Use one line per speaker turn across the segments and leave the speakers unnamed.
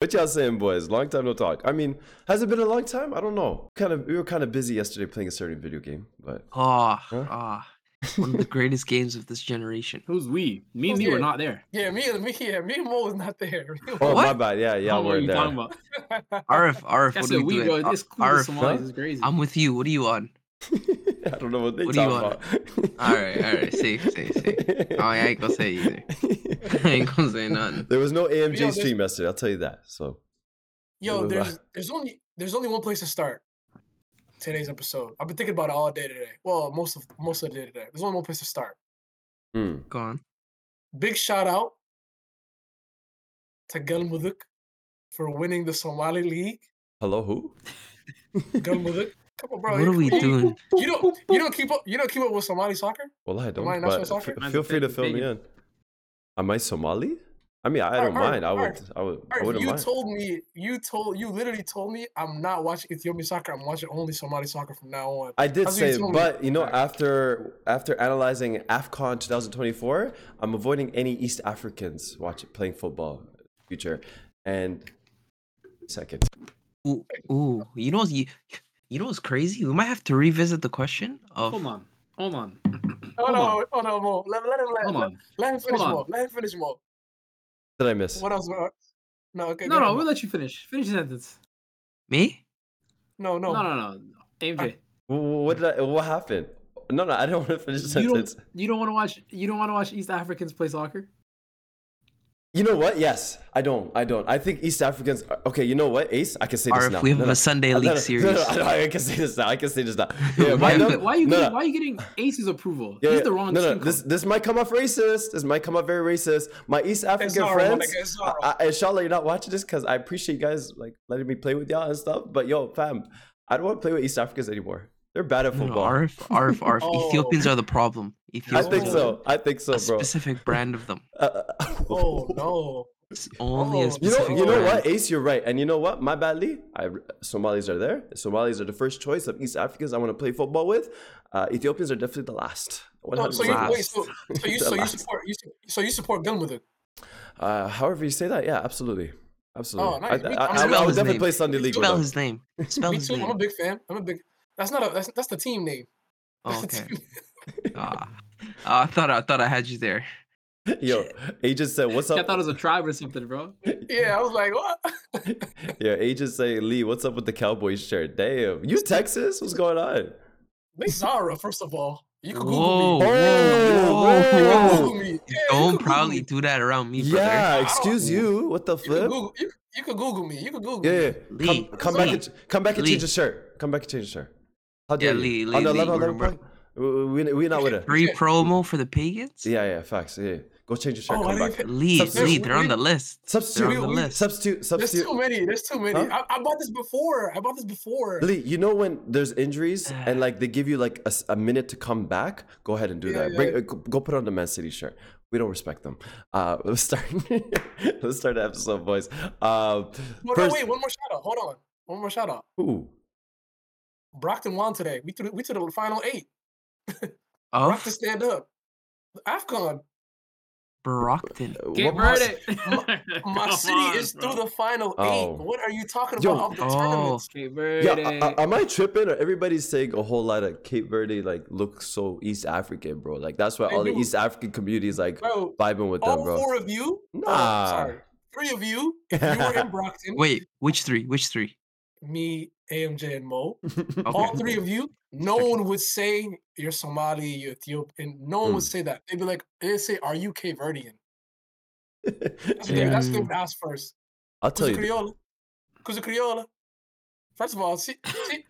What y'all saying, boys? Long time no talk. I mean, has it been a long time? I don't know. Kind of, we were kind of busy yesterday playing a certain video game, but
Ah,
Huh?
ah, one of the greatest games of this generation.
Who's we? Me and
Who's
you were
you?
not there.
Yeah, me, me, yeah, me and Mo was not there.
oh my
What?
bad. Yeah, yeah,
I don't know what
we're
you
there.
talking about.
RF, RF,
I
what
said
are we
we,
doing?
bro.
Ar-
This cool with
RF,
Somalis
huh?
is crazy.
I'm with you. What are you on?
I don't know what they
What do you
talking about.
All right, all right, safe, safe, safe. Oh, I ain't gonna say either. I ain't gonna say nothing.
There was no AMG
Yo, there's-
stream yesterday. I'll tell you that. So
Yo,
Never
there's
mind.
there's only there's only one place to start. Today's episode. I've been thinking about it all day today. Well, most of most of the day today. There's only one place to start.
mm,
Go on.
Big shout out to Galmuduk for winning the Somali League.
hello, who?
Galmuduk, come on, bro.
what
you-
are we
you-
doing?
You don't you don't keep up you don't keep up with Somali soccer.
Well, I don't.
I national
But
soccer?
f-
Mine's a
feel free to
fake-
fill me
fake-
in. Am I Somali? I mean, I
Ar-
don't
Ar-
mind. I
Ar-
would. I would. I
Alright,
wouldn't
you
mind.
told me you told you literally told me I'm not watching Ethiopian soccer. I'm watching only Somali soccer from now on.
I did
That's what you
say,
told me.
but you know,
Alright.
after after analyzing AFCON 2024, I'm avoiding any East Africans watching playing football in the future. And second,
Ooh, ooh, you know, what's- you, you know what's crazy? We might have to revisit the question
Hold
of
on. Hold on.
Oh
Hold on.
no, oh no, Mo. Let, let him let,
Hold
let-
on.
let him finish
on.
Mo. Let him finish Mo.
did I miss?
What else? Mo? No, okay.
No,
go
no,
ahead,
we'll
Mo.
let you finish. Finish the sentence.
me.
no,
No,
no,
no, no. AMJ.
Wh- wh- What did I, what happened? No, no, I don't want to finish the
You
sentence.
don't, you don't want to watch you don't want to watch East Africans play soccer?
You know what? Yes, I don't. I don't. I think East Africans. Are, okay, you know what, Ace? I can say this
RF,
now.
we have
No, no.
a Sunday
No, no,
League
no,
series.
no, no, I can say this now. I can say this now. Yeah, my
Why
Why, you
not?
get-
num-
why you
no,
getting,
no.
why you getting Ace's approval?
Yeah,
He's
yeah.
the
No,
wrong
no,
stream
this
code.
this might come off racist. This might come off very racist. My East African
all right,
friends, Ah,
my nigga, it's all
I, I, inshallah, you're not watching this because I appreciate you guys like letting me play with y'all and stuff. But yo, fam, I don't want to play with East Africans anymore. They're bad at
No, no,
football.
RF, RF, RF.
Oh.
Ethiopians are the problem.
I
Ethiopians
think
are
so. I think so,
A
bro.
specific brand of them.
Uh,
Oh no.
It's only
Oh,
a
You
specific
know, you know
brand.
what, Ace, you're right, and you know what, my badly, I, Somalis are there. Somalis are the first choice of East Africans I want to play football with. Uh, Ethiopians are definitely the last.
no Oh, so you wait,
100%.
so, so you
The
so you
last.
support you su- so you support Gunmuduk.
Uh, however you say that, yeah, absolutely, absolutely.
Oh, nice.
I,
Me-
I,
I'm
I, I,
spell
would
his
definitely
name.
play Sunday League with
Spell
them.
his name. Spell
Me
his
too. I'm a
name.
big fan. I'm a big. That's not a that's that's the team name.
Oh,
That's the
okay.
team name.
Ah, Ah, I thought I thought I had you there.
Yo, agent said, "What's
I thought it
up?"
was a tribe or something, bro.
Yeah, I was like, what?
Yeah, agent say, "Lee, what's up with the Cowboys shirt?" Damn, you Texas? What's going on?
They Zara first of all. You could
Whoa,
Google
whoa,
me. You
whoa,
could
Oh,
whoa.
Google me. Yeah, you could
Don't
Google
proudly
me.
do that around me, brother.
Yeah,
don't-
excuse you. What the
You could
flip?
Google. You, you could Google me. You could Google.
Yeah,
me.
yeah.
Lee,
come, come back
Lee,
and come back and
Lee.
change the shirt. Come back and change the shirt. How dare you?
Lee, Lee,
On the
Lee,
level,
we're-
level point, we we we not with it.
Free
Yeah.
promo for the pagans?
Yeah, yeah, facts. Yeah, go change your shirt.
Oh, I
come
didn't
back.
pay-
Lee,
Substitute.
Lee, they're on the list.
Substitute.
on the list.
Substitute.
There's
Substitute.
too many. There's too many.
Huh?
I, I bought this before. I bought this before.
Lee, you know when there's injuries and like they give you like a, s- a minute to come back, go ahead and do
Yeah,
that.
yeah.
Bring, uh, go go put on the Man City shirt. We don't respect them. Uh, let's start. let's start the episode, boys. Uh,
Well,
first,
no, wait, one more shout out. Hold on. One more shout out.
ooh,
Brockton won today. We threw we to the final eight.
Of
Brockton stand up. AFCON.
Brockton.
Get
what was-
Verde.
My
Come
city
on,
is
bro.
through the final
Oh.
eight. What are you talking
Yo.
about? Of the
Oh.
tournaments.
Cape Verde.
Yeah, I, I, am I tripping or everybody's saying a whole lot of Cape Verde like looks so East African, bro? Like that's why
They
all the
do.
East African communities like
Bro,
vibing with them,
all
bro.
four of you. oh,
Nah.
sorry. Three of you. If you were in Brockton,
Wait, which three? Which three?
me, AMJ, and Mo. All
Okay.
three of you, no
Okay.
one would say you're Somali, you're Ethiopian. No one would say that. They'd be like, they'd say, Are you Cape Verdean? That's what they- that's what they
Yeah.
would ask first.
I'll tell
Cause
you.
Criolla. Cause Criolla. First of all, see, see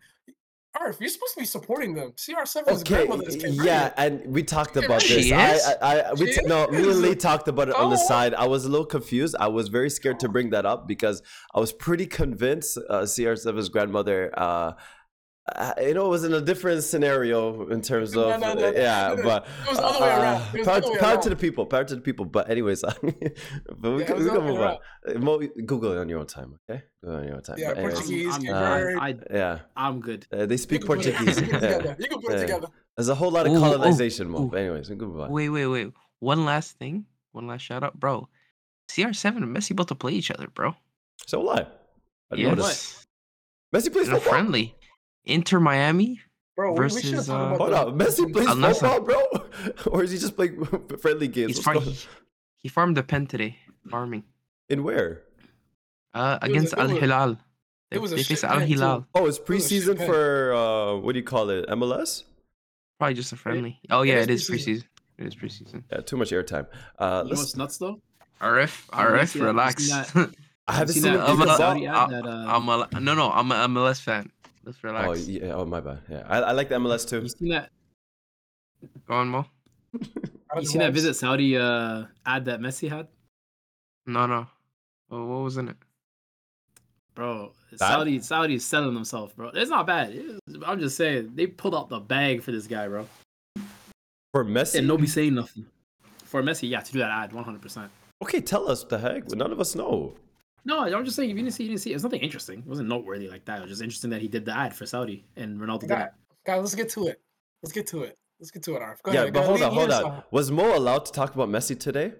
Arf, you're supposed to be supporting them. CR7's
Okay,
grandmother is Cape
yeah, and we talked about
She
this.
is?
I, I, I we
She
t- no, me and
is?
Lee talked about it on the
Oh.
side. I was a little confused. I was very scared to bring that up because I was pretty convinced uh, CR7's grandmother, uh, uh, you know, was in a different scenario in terms
No,
of
no, no, no,
yeah,
no, no.
but.
It was the other way around.
uh,
It was the
power,
other way
power
around.
to the people, power to the people. But anyways, but we,
Yeah, it
can,
was
we
the
can
other way
move on. Uh, Mo, Google it on your own time, okay? Google it on your own time.
Yeah,
But anyways,
Portuguese.
I'm,
Cape
Uh,
I'm,
Verde.
I,
yeah,
I'm good.
uh, they speak
You can put it-
Portuguese.
You can put it
Yeah.
together. You can put it
Yeah.
together.
There's a whole lot of
Ooh, ooh,
colonization, Mo.
ooh.
But anyways, we can move on.
Wait, wait, wait. One last thing. One last shout out, bro. CR7 and Messi about to play each other, bro.
So will I. I didn't notice.
Yes.
Messi plays
In a
football.
friendly. Inter Miami.
Bro, we- we should
Versus,
talk
uh,
about
Hold
the-
up, Messi plays
Unless I-
football, bro, or is he just playing friendly games?
He's
What's
far-
going-
he, he farmed the pen today. Farming.
In where?
Uh,
was a-
against
it
Al
was-
Hilal. They,
it was a
they
shit
face Al
pen, too.
Hilal.
Oh, it's
was
preseason
Japan.
for uh, what do you call it? MLS?
Probably just a friendly. Oh yeah,
is
it is
preseason.
preseason. It is preseason.
Yeah, too much airtime. Uh,
You know
let's,
what's nuts though?
RF,
Oh, you
RF,
see that- you
relax.
see
I
I've
haven't
seen
seen,
that
him kick
other
a ball.
Saudi ad that uh,
I'm a, no, no, I'm a MLS fan. Let's relax.
Oh, yeah. Oh, my bad. Yeah, I, I like the MLS too.
you seen that
Go on, Mo.
Out of
you
the
seen that
box.
visit Saudi uh ad that Messi had?
No, no. Oh, what was in it?
Bro,
That?
Saudi Saudi is selling themselves, bro. It's not bad. It- I'm just saying they pulled out the bag for this guy, bro.
For Messi.
And nobody saying nothing. For Messi, yeah, to do that ad, 100. percent
Okay, tell us what the heck. None of us know.
No, I'm just saying if you didn't see, you didn't see. It was nothing interesting. It wasn't noteworthy like that. It was just interesting that he did the ad for Saudi and Ronaldo did
Guy-
it.
Guys, let's get to it. Let's get to it. Let's get to it, Arf. Go
yeah,
ahead.
but
go-
hold
lead-
on,
lead
hold
us
on. Was Mo allowed to talk about Messi today?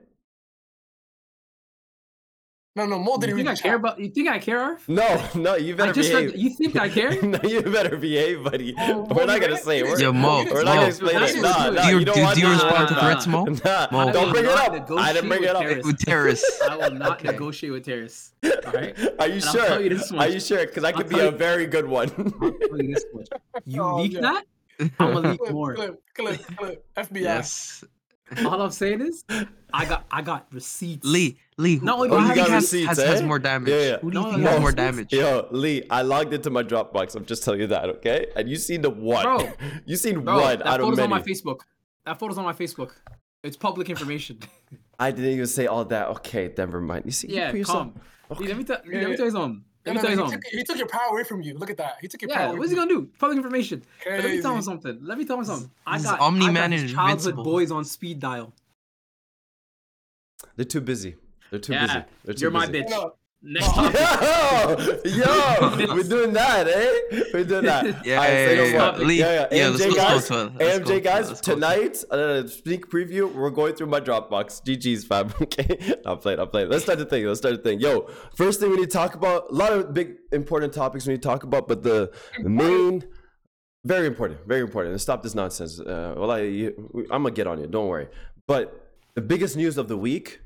No, no, Mo didn't
You think I
read the
care
chat.
about? You think I care? Arf?
No, no, you better
I just
behave.
read, you think I care?
no, you better behave, buddy.
Oh,
we're
well,
not
you
gonna
didn't-
say it.
you
We're,
didn't-
Yo,
you
Mo,
didn't
we're
say
not
Mo,
gonna
it.
explain
That's
it.
what
Nah, nah,
you do.
Do you-
you don't
do-
want
do you
to
respond to
nah,
threats, Mo?
Nah,
Mo.
don't bring it
I
up.
will not
I didn't bring it
negotiate
up.
With terrorists.
I will not
Okay.
negotiate with terrorists. All right.
Are you
And I'll tell you this
sure? Are
much.
you sure? Because I
I'll
could be
tell
a
you-
very good
I'll
one.
tell you this much. You
Oh,
leak
yeah.
that, I'm gonna leak
Clip,
more.
clip, clip, clip. FBI.
yes.
All I'm saying is, I got I got receipts.
Lee, Lee. Who,
No,
who
you
do you
got
think has,
receipts,
has, has
eh?
more damage?
Yeah, yeah.
Who do you
No,
think
no,
has more
no.
damage?
Yo, Lee, I logged into my Dropbox. I'm just telling you that, okay? And you seen the one.
Bro.
you seen
Bro,
one
that
out of
photo's on my
many.
Facebook. That photo's on my Facebook. It's public information.
I didn't even say all that. Okay, never mind. You see, you
yeah,
put yourself-
calm. Lee, let me tell Lee, let
Yeah,
me tell you something.
No,
Let
no,
me tell you
no, he,
something.
took, he took your power away from you. Look at that. He took your
Yeah,
power.
what's he gonna do? Public information. But let me tell him
Crazy.
something. Let me tell him something. I
This is
got, I
Omni-Man
got his
and
childhood
Invincible.
boys on speed dial.
They're too busy. They're too
Yeah,
busy. They're too
You're my
busy.
bitch.
No,
Next
Oh,
topic.
Yo, yo, we're doing that, eh? We're doing that.
Yeah,
All right,
yeah,
say no
yeah,
more.
yeah. Lee, yeah, let's-
AMJ
let's go
guys,
to it. Let's go to
AMJ
it.
guys,
Let's go to it.
tonight, uh, sneak preview, we're going through my Dropbox. GG's, fam. Okay, I'm playing, I'm playing. Let's start the thing. Let's start the thing. Yo, first thing we need to talk about, a lot of big, important topics we need to talk about, but the, the main, very important, very important. And stop this nonsense. Uh, well, I, you, I'm going to get on it. Don't worry. But the biggest news of the week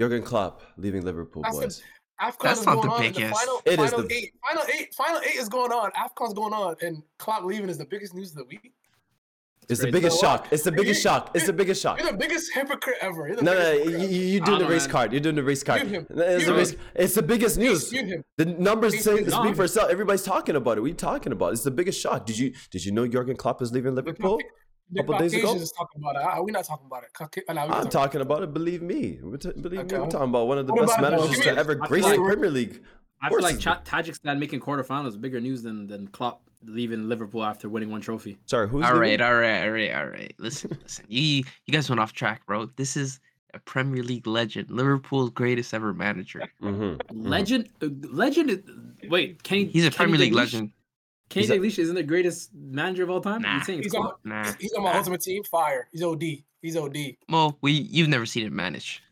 Jurgen Klopp leaving Liverpool,
That's the-
boys.
AFCON
That's
is
not
going
the
on. and
biggest.
final,
It is
final
the-
eight. Final eight. Final eight is going on. AFCON's going on, and Klopp leaving is the biggest news of the week.
It's the
Crazy.
biggest
You know what?
shock. It's the biggest shock. It's the biggest shock.
You're the biggest hypocrite ever. You're the
No, no,
biggest
you,
hypocrite
you- you're
I
doing the
don't
race
know.
card. You're doing the race card.
Mute him.
It's, the
Mute
race, it's the biggest news.
ever. Mute him.
The numbers
Mute
say,
him.
speak
No.
for itself. Everybody's talking about it. What are you talking about? It's the biggest shock. Did you did you know Jurgen Klopp is leaving Liverpool?
The
Couple days ago?
Caucasians is talking about it. Ah, We're not talking about it. Cauca- ah, nah, we can
I'm
talk-
talking about it. Believe me. We're t- believe
Okay.
me. I'm talking about one of the
What
best
about-
managers
give
to
me-
ever
I
grace
feel
the
like-
Premier League.
I
course
feel like
it's
Ta- Tajikistan making quarterfinals is bigger news than than Klopp leaving Liverpool after winning one trophy.
Sorry, who's
All right,
leaving?
all right, all right, all right. Listen, listen. You you guys went off track, bro. This is a Premier League legend, Liverpool's greatest ever manager.
Mhm.
Legend, uh, legend. Is, wait, Kenny.
Mm. He's a
Kenny
Premier League
Dalglish-
legend.
Kenny
He's a-
Dalglish isn't the greatest manager of all time.
Nah.
You saying it's
He's on-
Klopp?
Nah.
He's on my ultimate team. Fire. He's OD. He's OD.
Mo, we you've never seen him manage.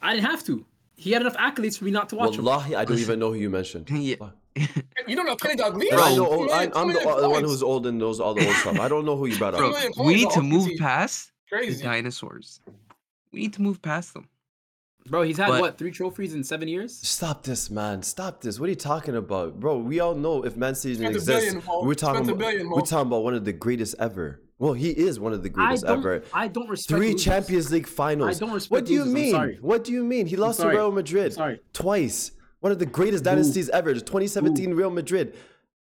I didn't have to. He had enough accolades for me not to watch him.
Wallahi, I don't even know who you mentioned.
yeah.
Fuck.
You don't know Kenny Dalglish?
And I
Bro.
know old, I, I'm the, the one who's old and knows all the old stuff. I don't know who you brought up.
Bro,
million
we
points
need
on
to
all
move
teams.
past the
crazy.
dinosaurs. We need to move past them.
Bro, he's had
But-
what three trophies in seven years?
Stop this, man. Stop this. What are you talking about? Bro, we all know if Man City
Spent a
exists,
billion, Mo.
we're talking,
Spent a
about,
billion, Mo.
we're talking about one of the greatest ever. Well, he is one of the
I
greatest
don't.
ever.
I don't respect.
Three
losers.
Champions League finals.
I don't respect
What do you
losers, I'm
mean?
sorry.
What do you mean? He lost to
sorry.
Real Madrid
sorry.
twice. One of the greatest dynasties ever. The 2017 Real Madrid.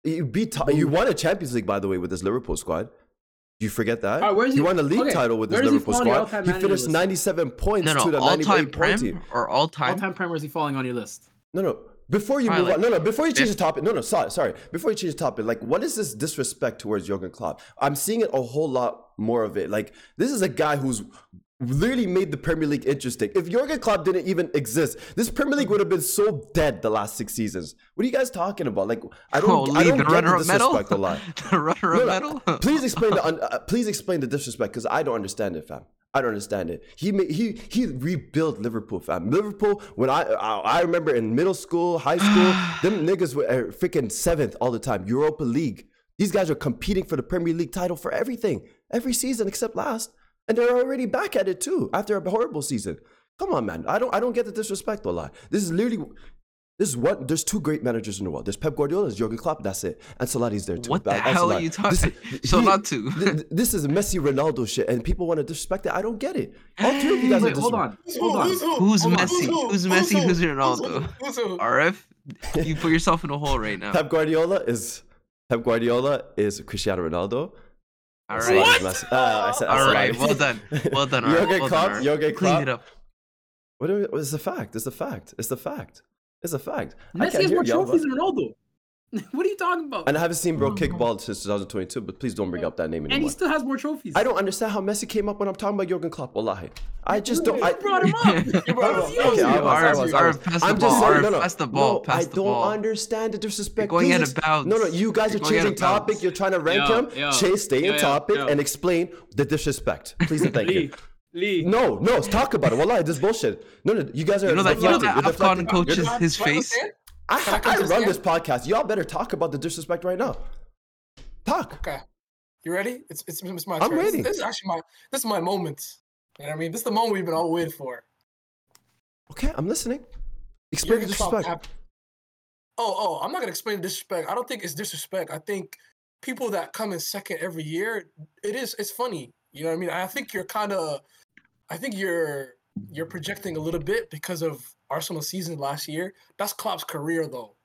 You beat. Ta- you won a Champions League, by the way, with this Liverpool squad. You forget that?
Alright, where is
he
he-
won a league
okay,
title with this
where does he
Liverpool
fall on your
squad.
all-time
He
manager
finished
list?
97 points
No,
to
no,
the
all
98
time
point
prem
team.
or all time.
All time Prem, where's he falling on your list?
No, no. Before you
Probably
move on, no,
like
no. Before you change the topic, no, no. Sorry, sorry. Before you change the topic, like, what is this disrespect towards Jurgen Klopp? I'm seeing it a whole lot more of it. Like, this is a guy who's literally made the Premier League interesting. If Jurgen Klopp didn't even exist, this Premier League would have been so dead the last six seasons. What are you guys talking about? Like, I don't,
Oh,
I
Lee,
don't get
the
the
runner-up medal?
disrespect a lot.
the runner
No,
of
no,
metal.
Please explain the un- uh, please explain the disrespect because I don't understand it, fam. I don't understand it. He made, he he rebuilt Liverpool, fam. Liverpool when I I, I remember in middle school, high school, them niggas were uh, freaking seventh all the time. Europa League. These guys are competing for the Premier League title for everything, every season except last, and they're already back at it too after a horrible season. Come on, man. I don't I don't get the disrespect a lot. This is literally. This is what there's two great managers in the world. There's Pep Guardiola, there's Jurgen Klopp. That's it. And Ancelotti's there too.
What the
Like,
hell
Ancelotti.
are you
This
talking?
is-
So
he-
not two.
th- th- this is Messi Ronaldo shit, and people want to disrespect it. I don't get it. All three of you guys
Wait,
are
hold on.
Who's who?
Hold on.
Who's who?
Who's
Hold on.
Messi?
who?
Who's Messi?
who?
Who's
who?
Ronaldo?
Who's who?
RF, you put yourself in a hole right now.
Pep Guardiola is Pep Guardiola is Cristiano Ronaldo.
All
Ancelotti is
right.
Messi. Ah, I said
All
Ancelotti.
right, well done, well done, RF.
Jurgen
well
Klopp,
done, RF.
Jurgen
Clean it
Klopp.
up.
What are, we- it's a fact. It's a fact. It's a fact. It's a fact. I
Messi
can't
has
hear
more
y'all,
trophies
but-
than Ronaldo. what are you talking about?
And I haven't seen bro kick ball since 2022. But please don't bring up that name
and he
anymore.
still has more trophies.
I don't understand how Messi came up when I'm talking about Jurgen Klopp. Wallahi, I just don't. I,
You brought him up.
You brought
That was
him up.
you.
Okay, I was, I
Arif,
was, I
Arif,
was.
pass the
I'm just
ball,
saying, no,
Arif,
no,
pass the ball,
no,
pass
I
the
don't
ball.
understand the disrespect.
You're going
Please
out of
ex-
bounds.
No, no, you guys
You're
are
going out of
changing topic.
bounds.
You're trying to rank
Yo,
him.
yo,
Chase, stay
yo,
in
yo,
topic
yo.
and explain the disrespect, please and thank you.
Lee, Lee.
No, no, talk about it. Wallahi, this is bullshit. No, no, you guys are
You know that, you know
deflecting.
that
You're
Afghan
deflecting.
coach
You're-
is his
Do I
face.
understand?
I,
Can I
I run
understand?
this podcast. Y'all better talk about the disrespect right now. Talk.
Okay. You ready? It's it's, it's my
I'm
turn. This-
ready.
This, is actually my this is my moment. You know what I mean? This is the moment we've been all waiting for.
Okay, I'm listening. Explain the
Jurgen Klopp
disrespect.
hap- Oh, oh, I'm not gonna explain disrespect. I don't think it's disrespect. I think people that come in second every year, it is it's funny. You know what I mean? I think you're kind of, I think you're you're projecting a little bit because of Arsenal's season last year. That's Klopp's career though.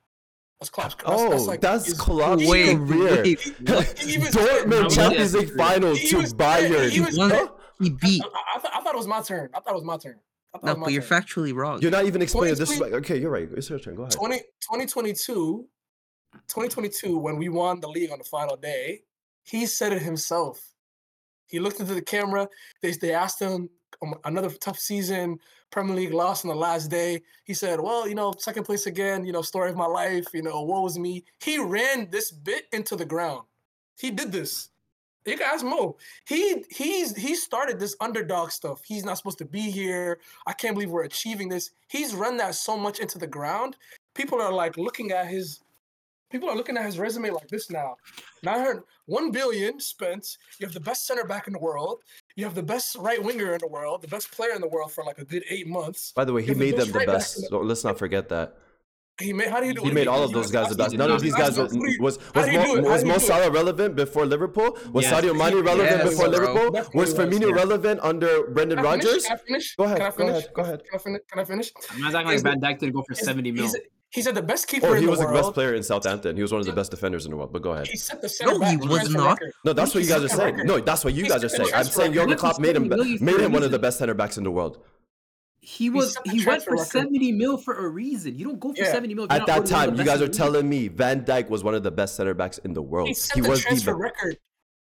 That's Klopp's. That's,
oh,
that's
that's,
like his-
Klopp's
he
Wait,
career.
wait, what?
He even said-
Dortmund
was-
Champions League final
He
to
was-
Bayern.
he was-
Huh?
He beat.
I, I, I thought, I thought it was my turn. I thought it was my turn. I thought it
No,
was my
but you're
turn.
factually wrong.
You're not even explaining
it's
this.
clean.
Okay, you're right. It's your turn. Go ahead.
20, 2022, 2022, when we won the league on the final day, he said it himself. He looked into the camera. They, they asked him um, another tough season, Premier League loss on the last day. He said, Well, you know, second place again, you know, story of my life, you know, woe is me. He ran this bit into the ground. He did this. You guys Mo. He he's he started this underdog stuff. He's not supposed to be here. I can't believe we're achieving this. He's run that so much into the ground people are like looking at his people are looking at his resume like this now. Now I heard one billion spent. You have the best center back in the world. You have the best right winger in the world. The best player in the world for like a good eight months.
By the way, he
If it
made
goes
them the
right back
best.
to the-
So let's not forget that.
He made how do you do?
He
it?
made all of
he
those
was
guys the best.
absolutely
None of these guys
nuts.
were,
What do you-
was
how
was
do you do
Mo,
it? How
was
do you
Mo
do it?
Salah relevant before Liverpool? Was
Yes.
Sadio Mane relevant
Yes,
before
bro.
Liverpool?
Definitely
Was
was.
Firmino relevant under Brendan
Can I finish?
Rodgers?
Can I finish?
Go ahead,
Can I
go ahead,
finish?
go ahead.
Can I finish? Can I finish?
I'm not acting like
He's
Van Dijk didn't go for
He's-
70 mil.
He's, he said the best keeper
Oh,
in
he
the
was the
world.
best player in Southampton. He was one of the best defenders in the world. But go ahead.
He set the center
he
back
was
transfer
not.
record.
No, that's what you
He
guys
set
are
the
saying.
record.
No, that's what you
He's
guys are
been
saying. I'm
transferred.
saying Jurgen
Messi
Klopp made him
spent millions
made
for a
him one of the
reason.
best center backs in the world.
He was
set the
he went
transfer
for
record.
70 mil for a reason. You don't go for
Yeah.
70 mil. if you're
At
not
that
already one of
time,
the
you
best
guys are
in the league.
telling me Van Dyke was one of the best center backs in the world.
He set
He
the
was the
transfer
best.
record.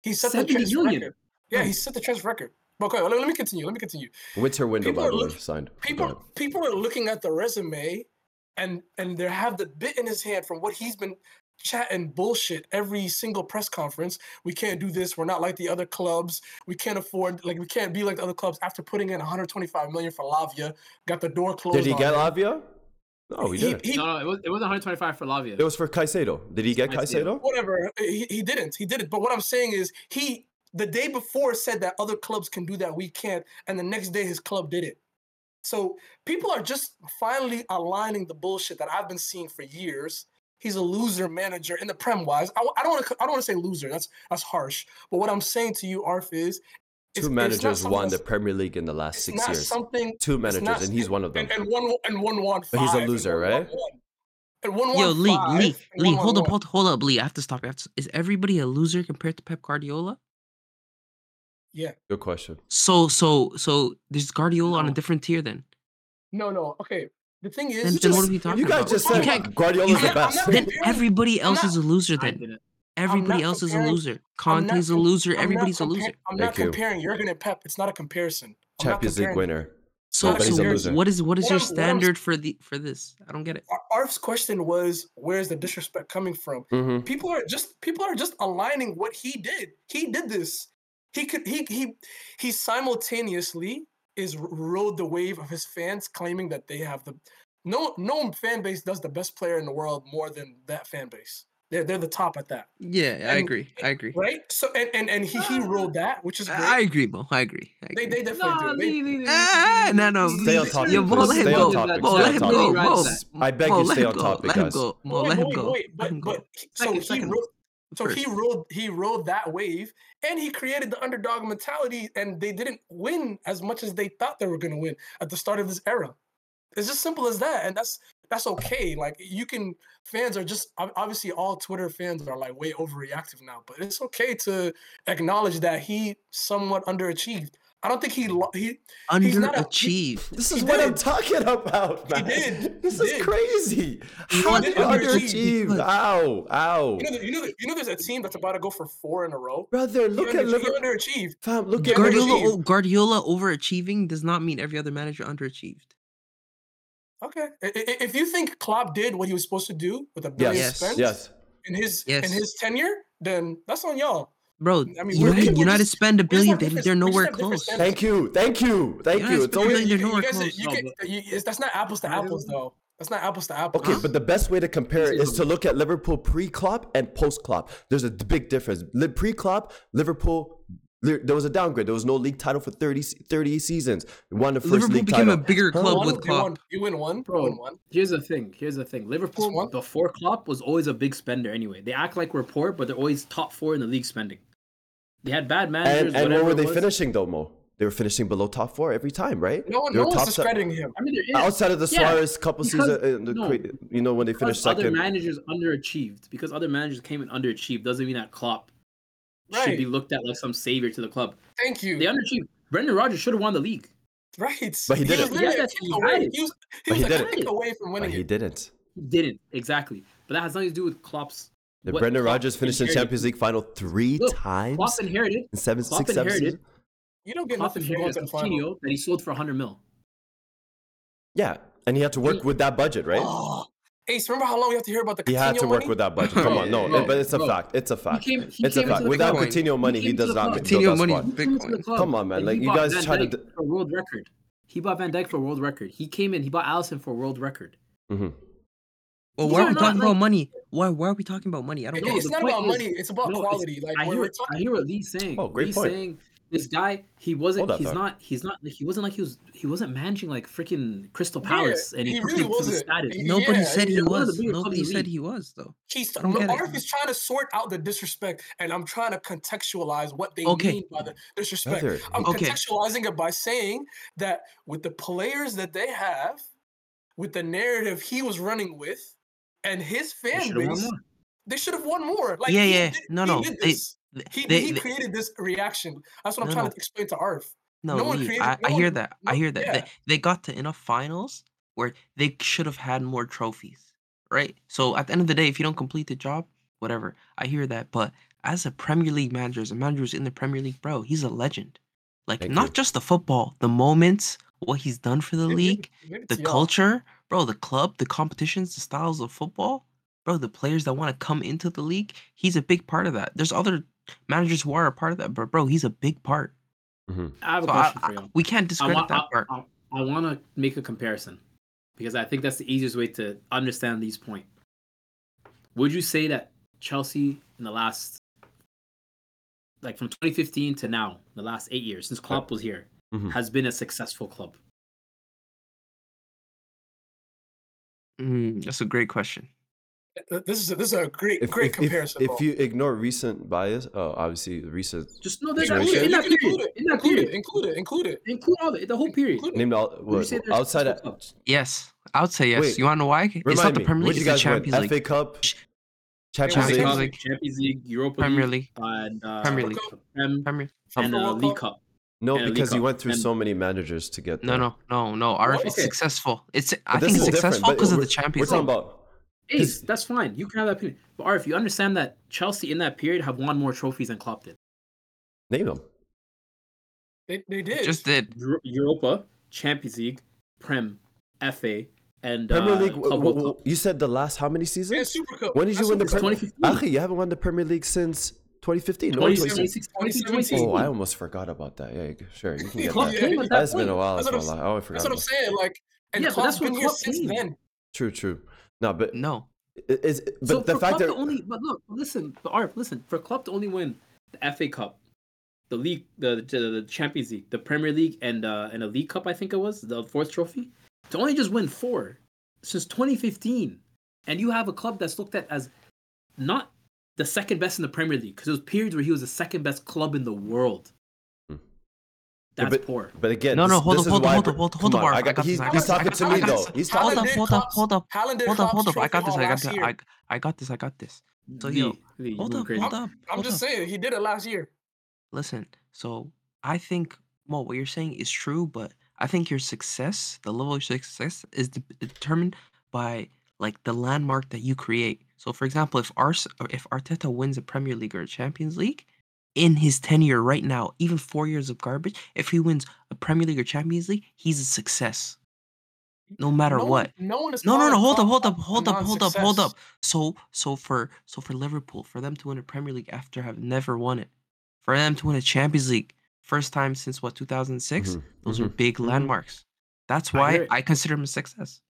He set the
70
transfer
million.
record. Yeah, he set the transfer record. But okay, let, let me continue. Let me continue.
Winter window,
People
by
are
the way,
look-
signed. Go ahead.
People people are looking at the resume and and they have the bit in his hand from what he's been chatting bullshit every single press conference. We can't do this. We're not like the other clubs. We can't afford like we can't be like the other clubs after putting in 125 million for Lavia. Got the door closed.
Did he
on
get
him.
Lavia? No, he
He-
didn't.
he-
No, no, it was it was 125 for Lavia.
It was for Caicedo. Did he get
Caicedo.
Caicedo?
whatever eh, he, he didn't he did it but what i'm saying is he the day before said that other clubs can do that we can't and the next day his club did it so people are just finally aligning the bullshit that i've been seeing for years he's a loser manager in the prem wise i, I don't want to i don't want to say loser that's that's harsh but what i'm saying to you arf is it's- it's
Two
not
managers
something
won the
that's-
Premier League in the last
it's
six
not
years.
something
Two
it's
managers,
not-
and he's one of them.
and, and one and one won
But
five,
he's a
and
loser,
one won
right?
one. and one won
Yo, Lee,
five,
Lee,
and
Lee,
one won
hold up,
one.
hold, hold up, Lee. I have to stop. you. I have to, is everybody a loser compared to Pep Guardiola?
yeah
Good question.
So, so, so there's Guardiola on a
No.
different tier then.
no no okay the thing is
Then,
you
then what
just-
are we talking
You
about?
guys just
You
said
can't-
Guardiola's
you
the
can't-
best.
I'm not-
then everybody else
not-
is a loser.
I
Then
didn't.
everybody else is a
comparing-
loser.
I'm not
Conte's a
com-
loser.
I'm not
Everybody's a
compar-
loser.
I'm
Thank
not
you.
comparing Jurgen and Pep. It's not a comparison. I'm not
Champions League
comparing.
winner.
So,
but he's
so
a
loser.
what is what is
What
your
I'm- what I'm-
standard for the for this? I don't get it.
Ar- Arf's question was, "Where's the disrespect coming from?"
Mm-hmm.
People are just people are just aligning what he did. He did this. He could he he he simultaneously is r- rode the wave of his fans claiming that they have the no no fan base does the best player in the world more than that fan base. They're they're the top at that,
Yeah, I
And-
agree. I agree.
right? So and and, and he, he rode that, which is great.
I I agree, Mo. I agree. I
they
agree.
they definitely do. They-
Ah, no, no.
Stay on topic.
Yo,
please.
Mo, let him
stay
go.
on topic.
Mo,
stay
let
on
him
topic.
go.
Really
Mo,
rides
I beg
Mo,
you,
let
stay
him
on
go,
topic,
let him
guys.
go. Mo,
Wait,
let him
wait,
go.
wait,
Let him
but
go.
but he- so
Second,
he
second.
rode so he
First.
rode he rode that wave and he created the underdog mentality and they didn't win as much as they thought they were going to win at the start of this era. It's as simple as that and that's that's okay. Like you can fans are just ob- obviously all Twitter fans are like way overreactive now, but it's okay to acknowledge that he somewhat underachieved. I don't think he lo- he He's not a-
Underachieved.
This is
He
what I'm
did.
talking about,
He
man.
did.
This
He
is
did.
crazy. How
won
did
the
you
underachieve.
underachieve? Ow, ow.
you know, th- you know, th- you know, there's a team that's about to go for four in a row.
Brother,
He
look
underach-
at
he
Liverpool.
underachieved.
Fam, look at
Get rid of
Guardiola,
Liverpool.
underachieved.
o- Guardiola overachieving does not mean every other manager underachieved.
Okay. I- I- i- If you think Klopp did what he was supposed to do with a billion
Yes,
spent
yes.
in his
Yes.
in his tenure, then that's on y'all.
Bro,
I mean, we're-
United,
we're
United
just-
spend a
we're just
billion.
have
They,
different-
they're
we just
nowhere
have different
close.
standards.
Thank you, thank you, thank
Yeah,
you.
it's
It's
been
always
like they're
you,
nowhere
guys,
close.
you
No,
can, you, it's- that's not apples to
I
apples
don't-
though. That's not apples to apples.
Okay,
Huh?
but the best way to compare it
This
is
is
to look at Liverpool pre-Klopp and post-Klopp. There's a d- big difference. Li- Pre-Klopp, Liverpool, there there was a downgrade. There was no league title for 30, se- 30 seasons. Won the first
Liverpool
league
became
title.
a bigger
Huh?
club
One,
with
they won-
Klopp.
You win one. You
Bro.
win one.
Here's the thing. Here's the thing. Liverpool
one.
before Klopp was always a big spender. Anyway, they act like we're poor, but they're always top four in the league spending. They had bad managers.
And, and where
whatever
were
it
they
was.
finishing though, Mo? They were finishing below top four every time, right?
No one,
They
no
were
one's
top se-
discrediting him.
I mean, there is
Outside of the
Yeah,
Suarez couple
because-
seasons, uh, the
no,
cre- you know when they finished
because other
second.
managers underachieved. Because other managers came and underachieved doesn't mean that Klopp
Right.
should be looked at like some savior to the club.
Thank you.
They underachieved. Brendan Rodgers should have won the league.
Right.
But he didn't.
was literally
Yeah,
a
that's-
kick
he had
away.
it.
He was, he
But
was
he
a
didn't.
kick away from
but
winning
he
it.
didn't.
He didn't exactly, but that has nothing to do with Klopp's.
Did
what
Brendan
Klopp
Rodgers finished in
inherited.
Champions League final three
Look,
times
Klopp inherited.
in seven,
Klopp
six, seven
inherited-
seasons.
You don't get
Klopp
nothing for going
inherited
to the final.
Coutinho that he sold for 100 mil.
Yeah, and he had to work
He-
with that budget, right?
Oh. Ace, remember how long we have to hear about the
He had
Coutinho
to work
money?
with that budget. Come on, no,
Bro,
but it's a
bro.
fact. It's a fact.
came- he
it's a
came
fact.
into the
Without
club.
Coutinho money, he
came to
does
the
not
club.
build that
Coutinho money.
squad.
He came into
Bitcoin.
the club
Come on, man,
and
like,
he
you
bought
guys
Van
try to
Dijk
d-
for a world record. He bought Van Dijk for a world record. He came in. He bought Allison for a world record.
Mhm.
Well,
These
why are
are
we
not
talking about
like-
money? Why, why are we talking about money? I
It-
don't
No,
know.
it's
the
not
point
about
is-
money. It's about
no, it's-
quality. Like
I
when
hear.
we're
What,
talking
I hear what Lee's saying.
Oh, great
Lee's
point.
saying this guy. He
Hold
wasn't.
up,
He's
Doc.
not. He's not. He wasn't like he was. He wasn't managing like freaking Crystal
Yeah,
Palace, and
he
he,
really
took him to the
wasn't.
status.
He-
Nobody
yeah,
said he
he's one of the
was.
bigger clubs in
Nobody
the
said
league.
he was, though.
She's
I don't get it.
Arif is trying to sort out the disrespect, and I'm trying to contextualize what they
Okay.
mean by the disrespect.
Brother,
I'm
Okay.
contextualizing it by saying that with the players that they have, with the narrative he was running with, and his
They
fan
should've won
base,
more.
they should have won more. Like
Yeah,
he
yeah.
did-
No,
he
no,
did
they-
this.
Th-
He,
they-
he
they-
created this reaction. That's what I'm
No,
trying
no.
to explain to Arf.
No,
No one
Lee,
created-
I,
no
I hear
one-
that. I
no-
hear that.
yeah.
They, they got to enough finals where they should have had more trophies, right? So at the end of the day, if you don't complete the job, whatever. I hear that. But as a Premier League manager, as a manager who's in the Premier League, bro, he's a legend. Like,
Thank
not
you.
just the football, the moments, what he's done for the
Maybe-
league,
maybe
the
to y'all.
culture, bro, the club, the competitions, the styles of football, bro, the players that want to come into the league. He's a big part of that. There's other managers who are a part of that, but bro, he's a big part.
I have a
So I-
question
I-
for you.
we can't
I
discredit
want,
that
I,
part.
I, I want to make a comparison because I think that's the easiest way to understand these point. Would you say that Chelsea in the last, like from 2015 to now, the last eight years since Klopp was here,
Mm-hmm.
Mhm.
has been a successful club?
Mm, that's a great question.
Th- This is a, this is a great
if, if,
great
if,
comparison. bro.
if you ignore recent bias, oh, obviously recent.
Just no, there's
Yeah,
that
you
period, in
can
that period,
include it.
in that
include it,
period,
include it, include it.
include all of it, the whole period.
Include it.
Named all,
Would you
well,
say they're a
outside of.
successful club?
Yes, I would say yes.
Wait,
you want to know why? It's not
Remind
the
me,
Premier
what
League,
did you
it's the
guys win?
Champions League.
FA Cup, Champions
Champions
League.
Champions League,
League.
Champions League, Europa
Premier
League,
League.
and uh,
Premier
League.
Prem,
Premier.
and
After
uh,
World
League
Cup.
Cup.
No,
and a League
because you
Cup.
went through
And-
so many managers to get
No,
there.
no, no, no. RF is
okay.
successful. It's I
But this
think it's
is different,
successful
but
because of
we're-
the Champions
We're
League.
talking about
Ace, that's fine. You can have that opinion. But Arif, you understand that Chelsea in that period have won more trophies than Klopp did.
name them.
They, they
It
did.
Just did.
Euro- Europa, Champions League, Prem, FA, and
Premier
uh,
League.
Club
w-
World
w-
Cup.
you said the last how many
And
seasons?
Super Cup.
When did you
That's
win the
Super Cup.
Premier?
2015.
Achi, you haven't won the Premier League since 2015. No, 2016.
2016,
Oh, I
2016.
almost forgot about that. Yeah, you- sure. You can
Yeah,
get
Klopp
that.
came
at that
That's been a
point.
while.
That's
That's
what
all. I- Oh, I forgot.
That's what I'm
about-
saying. Like, and
Yeah,
yeah,
but that's
Klopp's been
what
here
Klopp
since
came.
then.
True, true. No, but
No,
it is. But
so
the
for
fact
Klopp
that
to only but look, listen, but Arp, listen, for Klopp to only win the FA Cup, the league, the the, the Champions League, the Premier League, and uh, and a League Cup, I think it was the fourth trophy, to only just win four since 2015, and you have a club that's looked at as not the second best in the Premier League because there was periods where he was the second best club in the world.
Hmm. Yeah,
That's poor.
But again,
No,
this,
no, hold
this
up, hold
is
up,
why
hold
we're-
up, hold
come
up, hold up,
on,
Mark,
I got-
I got
he's,
this, I
he's
got
talking
this,
to
I
me
got
though.
this.
He's
How
talking.
hold up,
did
hold up,
Klopp's-
hold up,
Haaland did
hold up, hold
Klopp's
up. I
trophy
got this,
haul
I got
last
this,
year.
I, I got this, I got this. So yo,
Lee, you
hold
went
up,
crazy.
hold up,
I'm
hold
just
up.
saying, he did it last year.
Listen, so I think Mo, what you're saying is true, but I think your success, the level of success, is de- determined by like the landmark that you create. So, for example, if Ars- or if Arteta wins a Premier League or a Champions League in his tenure right now, even four years of garbage, if he wins a Premier League or Champions League, he's a success, no matter
no
what.
One, no one is
No, no,
calling
no. Hold up,
Klopp
hold up,
a
hold up, hold up, hold
non-success.
up. So, so for so for Liverpool, for them to win a Premier League after have never won it, for them to win a Champions League first time since what 2006.
Mhm,
Those are
mhm.
big
Mm-hmm.
landmarks. That's
I
why
hear
I, consider him a success.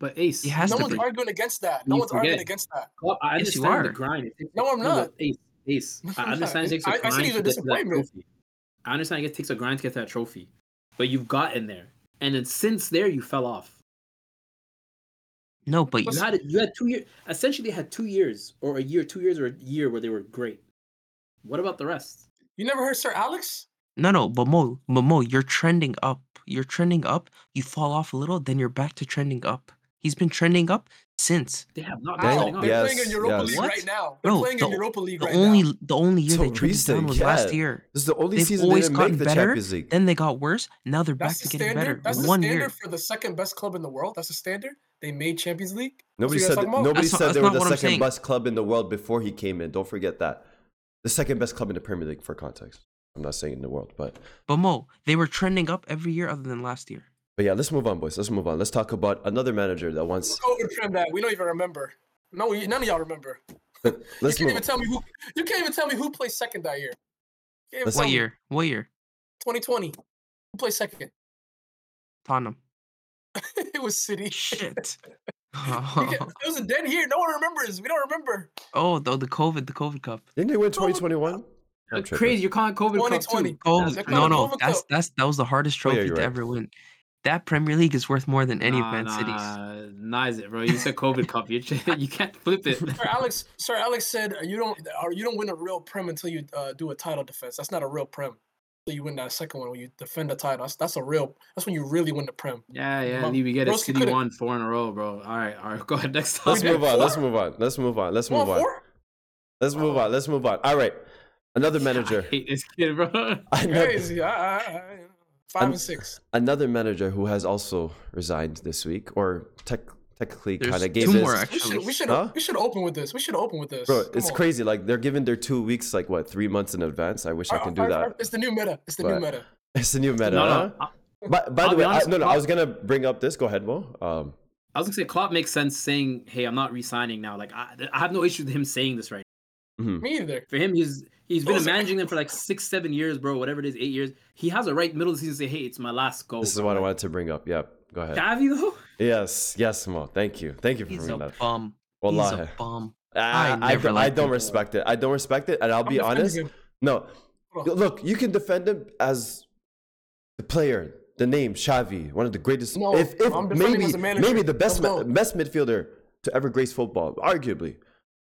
But Ace,
He has
No
to
one's
be.
arguing against that. No
You
one's arguing
forget.
against that.
Well, I
Yes, you
understand the
are.
grind. It takes-
No, I'm not.
but Ace, Ace.
No,
I
I'm
understand it
not.
takes
I-
a
I said
grind
he's a
to get to that
disappointment.
trophy. I understand it takes a grind to get to that trophy, but you've gotten there, and then since there you fell off.
No, but
You
you,
had you had two years. Essentially, had two years or a year, two years or a year where they were great. What about the rest?
You never heard Sir Alex?
no, no. But Mo, but Mo, you're trending up. You're trending up. You fall off a little, then you're back to trending up. He's been trending up since
They have not
They-
been
How?
setting up.
They're
yeah.
playing in
yes,
Europa
yes.
League
What?
right now. They're
Bro,
playing in
the-
Europa League
the
right
only
now.
the only year
So
they trended down
recent,
was
yeah.
last year.
This is the only
They've
season they
always
didn't
gotten
make the
better,
Champions League.
Then they got worse. Now they're back
That's
to
the
getting
standard.
better.
That's the
One
standard
year.
for the second best club in the world. That's the standard. They made Champions League. That's
Nobody
what you guys
said
talking about?
nobody
That's not-
said
that's
they were
not
the
what I'm
second
saying.
best club in the world before he came in. Don't forget that. The second best club in the Premier League for context. I'm not saying in the world, but
But Mo, they were trending up every year other than last year.
but yeah, let's move on, boys. Let's move on. Let's talk about another manager that wants.
Look over trend that. We don't even remember. No, you- none of y'all remember. You
Let's move.
can't even
on.
tell me who. You can't even tell me who played second that year. You can't even
Let's-
tell
What
me.
year? What year?
2020. Who played second?
Tottenham.
it was City.
Shit.
We can't- It was a dead year. No one remembers. We don't remember.
oh, the, the COVID, the COVID cup.
Didn't they win 2021? I'm
That's
tripping.
crazy. You're calling COVID Cup
2020.
too.
They're
COVID.
calling
No,
it
no,
COVID
that's
cup.
that's that was the hardest
Oh, yeah,
trophy
you're
to
right.
ever win. That Premier League is worth more than any of Man City's.
Nah, nah is it, bro? You said COVID Cup. You you can't flip it.
Sir Alex, Sir Alex said uh, you don't uh, you don't win a real prem until you uh, do a title defense. That's not a real prem. So you win that second one when you defend the title. That's, that's a real. That's when you really win the prem.
Yeah, yeah,
Bro-
Lee, we get
Broski
a city
could've-
one four in a row, bro. All right, all right, go ahead. Next
Let's
topic.
move on. Let's
Four?
move on. Let's move on. Let's
One
move on.
four.
Let's move on. Let's move on. All right. Another
I
manager.
hate this kid, bro.
Another,
Crazy. I, I, I, five
I'm-
and six.
another manager who has also resigned this week, or tech, technically
There's
kind of gave
two
his-
more
We should we
actually.
should
Huh?
we should open with this. We should open with this.
Bro,
Come
it's
on.
crazy. Like they're giving their two weeks, like what, three months in advance. I wish I
Our-
could do
our- our-
that.
It's the new meta. It's the new
But-
meta.
It's the new meta.
No,
huh?
no. I,
By, by
I'll
the
be
way, I,
honest,
no, no. I
Klopp-
was gonna bring up this. Go ahead, Mo. Um,
I was gonna say Klopp makes sense saying, "Hey, I'm not resigning now." Like, I, I have no issue with him saying this right.
mhm.
Me either.
For him, he's he's been
Those are-
managing them for like six, seven years, bro. Whatever it is, eight years. He has a right middle of the season to say, "Hey, it's my last goal."
this is what I wanted to bring up. Yeah, go ahead.
Gavi though.
Yes, yes, Mo. Thank you, thank you for
He's
bringing
a
that.
bum. He's
Wallahi,
a bum.
I,
I
I,
never
don't- I
liked
don't
him.
respect it. I don't respect it, and I'll
I'm
be
defending
honest.
him.
No,
Hold on.
look, you can defend him as the player, the name Xavi, one of the greatest.
No,
if if
I'm defending him
maybe
as a manager.
maybe the best
Let's
ma-
go.
best midfielder to ever grace football, arguably.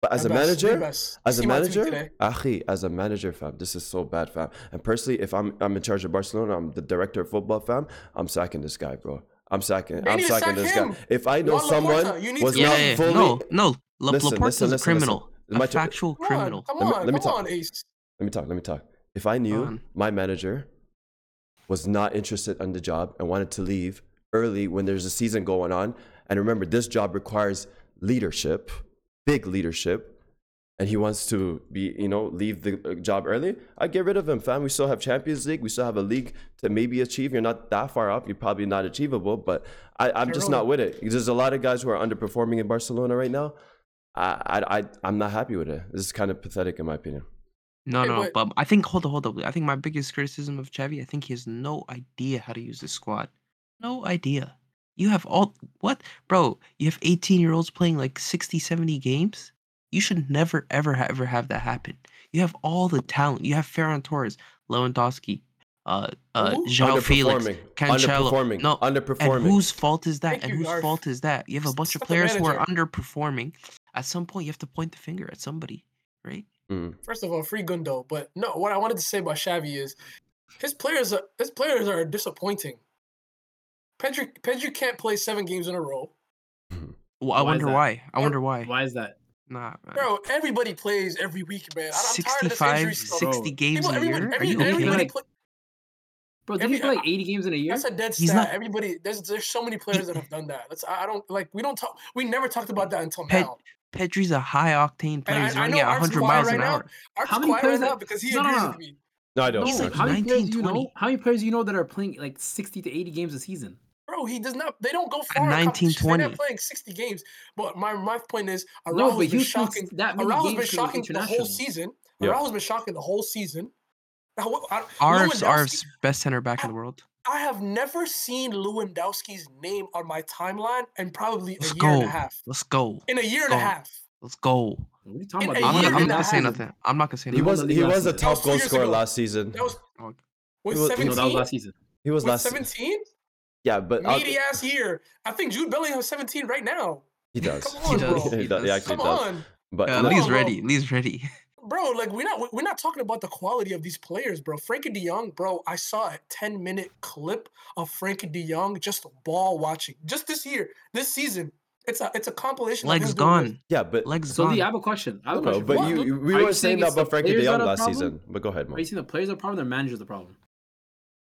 But as a
My best, my
manager,
best.
as a
See my tweet
manager,
today?
Achi, as a manager, fam, this is so bad, fam. And personally, if I'm I'm in charge of Barcelona, I'm the director of football, fam. I'm sacking this guy, bro. I'm sacking.
They
I'm
need to
sacking
sack
this
him.
guy. If I know
Juan
someone
Laporta, you need
was
to
Yeah,
not
sack
yeah, yeah.
fully,
no, no. La,
Listen,
Laporta's
listen,
a
listen, listen.
criminal,
My
a
turn.
factual
Come
criminal.
Let
on, come
me-
on,
let me
come
talk.
on, Ace.
let me talk. Let me talk. If I knew
on.
my manager was not interested on the job and wanted to leave early when there's a season going on, and remember this job requires leadership, big leadership, and he wants to be, you know, leave the uh, job early, I'd get rid of him, fam. We still have Champions League. We still have a league to maybe achieve. You're not that far up. You're probably not achievable, but I, I'm just
Jerome.
not with it. There's a lot of guys who are underperforming in Barcelona right now. I, I, I I'm not happy with it. This is kind of pathetic in my opinion.
No,
Hey,
no,
but-
but I think hold up, hold up. I think my biggest criticism of Chavi, I think he has no idea how to use the squad. No idea. You have all what, bro? You have 18 year olds playing like 60, 70 games. You should never, ever, ha- ever have that happen. You have all the talent. You have Ferran Torres, Lewandowski, uh, uh,
Who?
João Felix,
Underperforming.
Cancelo.
Underperforming.
No,
underperforming.
And whose fault is that?
Thank
and
you,
whose
Garth.
fault is that? You have a
It's-
bunch
it's
of
not the
players who are
manager.
underperforming. At some point, you have to point the finger at somebody, right?
Mm.
First of all, free Gundo. But no, what I wanted to say about Xavi is his players are his players are disappointing. Pedri Pedri can't play seven games in a row.
Well, I
Why is
wonder
that?
why. I
Or-
wonder why.
Why is that?
Nah, man.
Bro, everybody plays every week, man. I- I'm tired of this injury
65,
stuff.
60
Bro.
games
People,
a year?
everybody,
Are you
every,
okay?
everybody
Like-
play,
Bro, did
Every-
he play like 80 games in a year?
that's a dead
He's
stat.
not-
everybody, there's there's so many players that have done that. That's I I don't like. We don't talk. We never talked about that until
Pet-
now.
Pedri's a high octane player.
I-
He's
I
running
know
at
Art's
100
quiet
miles
right
an
now.
hour.
Art's
How many
quiet
players
right now
that-
because he
No, no,
agrees
no.
with me.
No, I don't.
He's like
actually.
how many players
19,
do you know?
20.
How many players do you know that are playing like 60 to 80 games a season?
Bro, he does not. They don't go far. in
19,
competitions. They're
20.
not playing 60 games. But my my point is,
no,
Araujo's
but
been
he played
shocking.
that many
Araujo's
games
been
to
shocking the whole
international.
season.
Yeah.
Araujo's been shocking the whole season. Now, what, I,
Arv's,
Lewandowski-
Arv's best center back in the world.
I have never seen Lewandowski's name on my timeline in probably a
Let's
year and
go.
a half.
Let's go.
In a year and
Go.
a half.
Let's go.
What are you talking about?
In a
They
I'm,
won
gonna,
the
year
I'm not
and a
gonna
last
say
half.
season.
nothing. I'm not gonna say
He
They
nothing.
won
was
the
he
league
was a top
last
That was two
goal
years
scorer
ago.
last season.
That was
Oh,
with
No, that
seventeen.
was last season.
He was
with
last.
seventeen,
Yeah, but uh,
meaty ass year. I think Jude Bellingham has seventeen right now.
he does.
Come
He
on, bro.
does. He
He does.
actually
Come
does.
on,
But
yeah,
come
Lee's
on, bro.
ready. Lee's ready.
bro. Like we're not we're not talking about the quality of these players, bro. Frankie De Jong, bro. I saw a ten minute clip of Frankie De Jong just ball watching just this year, this season. It's a it's a compilation. of
Legs
him doing this.
gone.
yeah, but
Legs
So Lee, I
gone.
have a question. I have
no,
a question.
but
What?
you, you- we
Are you
were
saying
saying that
it's the
about Frankie De
players
Jong
that are
last
problem?
season. But go ahead,
Are
Mo.
you saying the players are the problem or the managers the problem?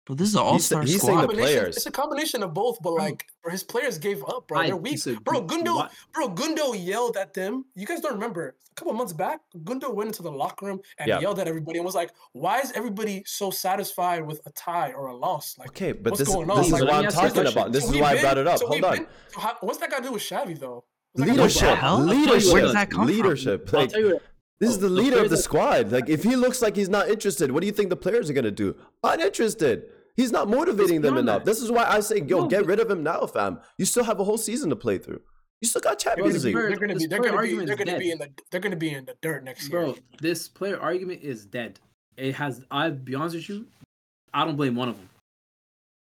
Bro, this is an all-star
he's saying
squad.
the-
Combination-
players.
It's a combination of both, but like bro, his players gave up, bro.
I
They're weak.
disagree.
Bro, Gundo,
Why-
bro, Gundo yelled at them. You guys don't remember a couple months back, Gundo went into the locker room and
Yeah.
yelled at everybody and was like, "Why is everybody so satisfied with a tie or a loss?" Like,
Okay, but
What's
this,
going on?
this is
Like,
what
let
I'm
me ask you a
talking
question.
about. This
so
is
we've
why I
been-
brought it up.
so
Hold
we've been-
on.
so how- what's that got to do with Xavi though? What's that gotta do with
Leadership.
Xavi?
hell?
Leadership.
Where does that come from?
Leadership.
I'll
Like,
tell you what.
This is
Oh,
the
the
leader of
players
the
that-
squad. Like, if he looks like he's not interested, what do you think the players are gonna do? Uninterested. He's not motivating them
beyond
enough.
that.
This is why I say, yo,
No,
get
but-
rid of him now, fam. You still have a whole season to play through. You still got
They're gonna
Champions
be-
League.
Bro,
They're going to be.
this
They're
player
going to be.
argument
They're
is
going to be
dead.
in the. They're going to be in the dirt next year.
Bro, this player argument is dead. It has. I be honest with you, I don't blame one of them.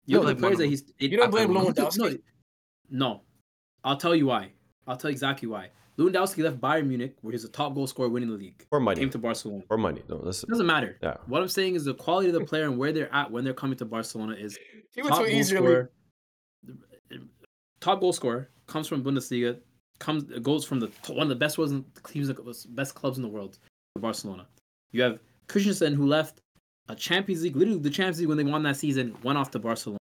You
don't
know the
blame one
players
of
that
them.
he's.
You don't
I
blame
blame-
Lewandowski.
No, no, I'll tell you why. I'll tell you exactly why. Lewandowski left Bayern Munich, where he's a top goal scorer, winning the league.
Or
Came
money.
to Barcelona.
Or money. No, that's
It doesn't matter.
yeah.
What I'm saying is the quality of the player and where they're at when they're coming to Barcelona is
He went to an
goal
easier league.
scorer- Top goal scorer comes from Bundesliga, comes goes from the one of the best was teams best clubs in the world, Barcelona. You have Christensen who left a Champions League, literally the Champions League when they won that season, went off to Barcelona.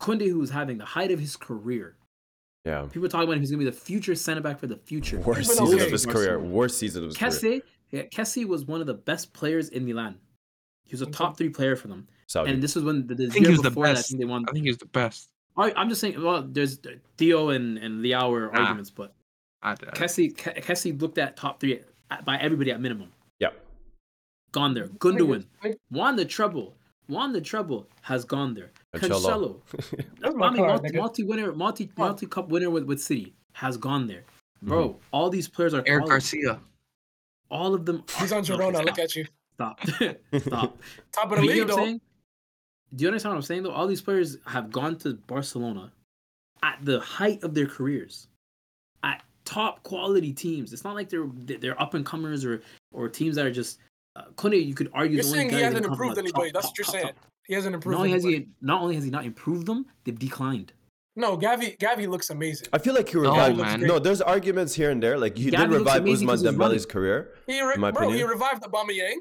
Kunde, who's having the height of his career,
Yeah.
people are talking about him. He's gonna be the future center back for the future.
Worst
He's been
season
okay.
of his career. Worst season of his career.
Kessie, yeah, Kessie was one of the best players in Milan. He was a top three player for them, and
Saudi.
this was when the, the
think he
year
was the
before that, I
best.
think they won.
I think he was the best.
I, I'm just saying. Well, there's Theo and and Liao are
Nah.
arguments, but
I, I,
Kessie Ke- Kessie looked at top three at, by everybody at minimum.
Yeah.
Gone there. Gundogan won the treble. Won the treble has gone there.
Cancelo.
Cancelo,
Where's my
I mean,
card,
multi,
nigga?
multi-winner, multi
Come on.
multi-cup winner with, with City has gone there. Bro, all these players are
Mm-hmm. Eric
quality.
Garcia.
All of them.
He's on
No,
Girona.
stop,
Look at you.
Stop. Stop.
Top of
But you know
the
what
league
I'm
though.
saying? Do you understand what I'm saying though? All these players have gone to Barcelona at the height of their careers, at top quality teams. It's not like they're they're up and comers or or teams that are just. Uh, Kone, you could argue.
You're
is only
saying he
better than
hasn't
Kone,
improved
like,
anybody.
top,
That's
top,
what you're
top,
saying.
top.
He hasn't improved.
Not only has
anybody.
he not only has he not improved them, they've declined.
No, Gavi. Gavi looks amazing.
I feel like he
No,
revived.
man.
No, there's arguments here and there. Like he
Gabby
did
looks
revive Usman
amazing 'cause he's
Dembele's
running.
career
He re-
In my
bro, he
opinion.
revived Aubameyang.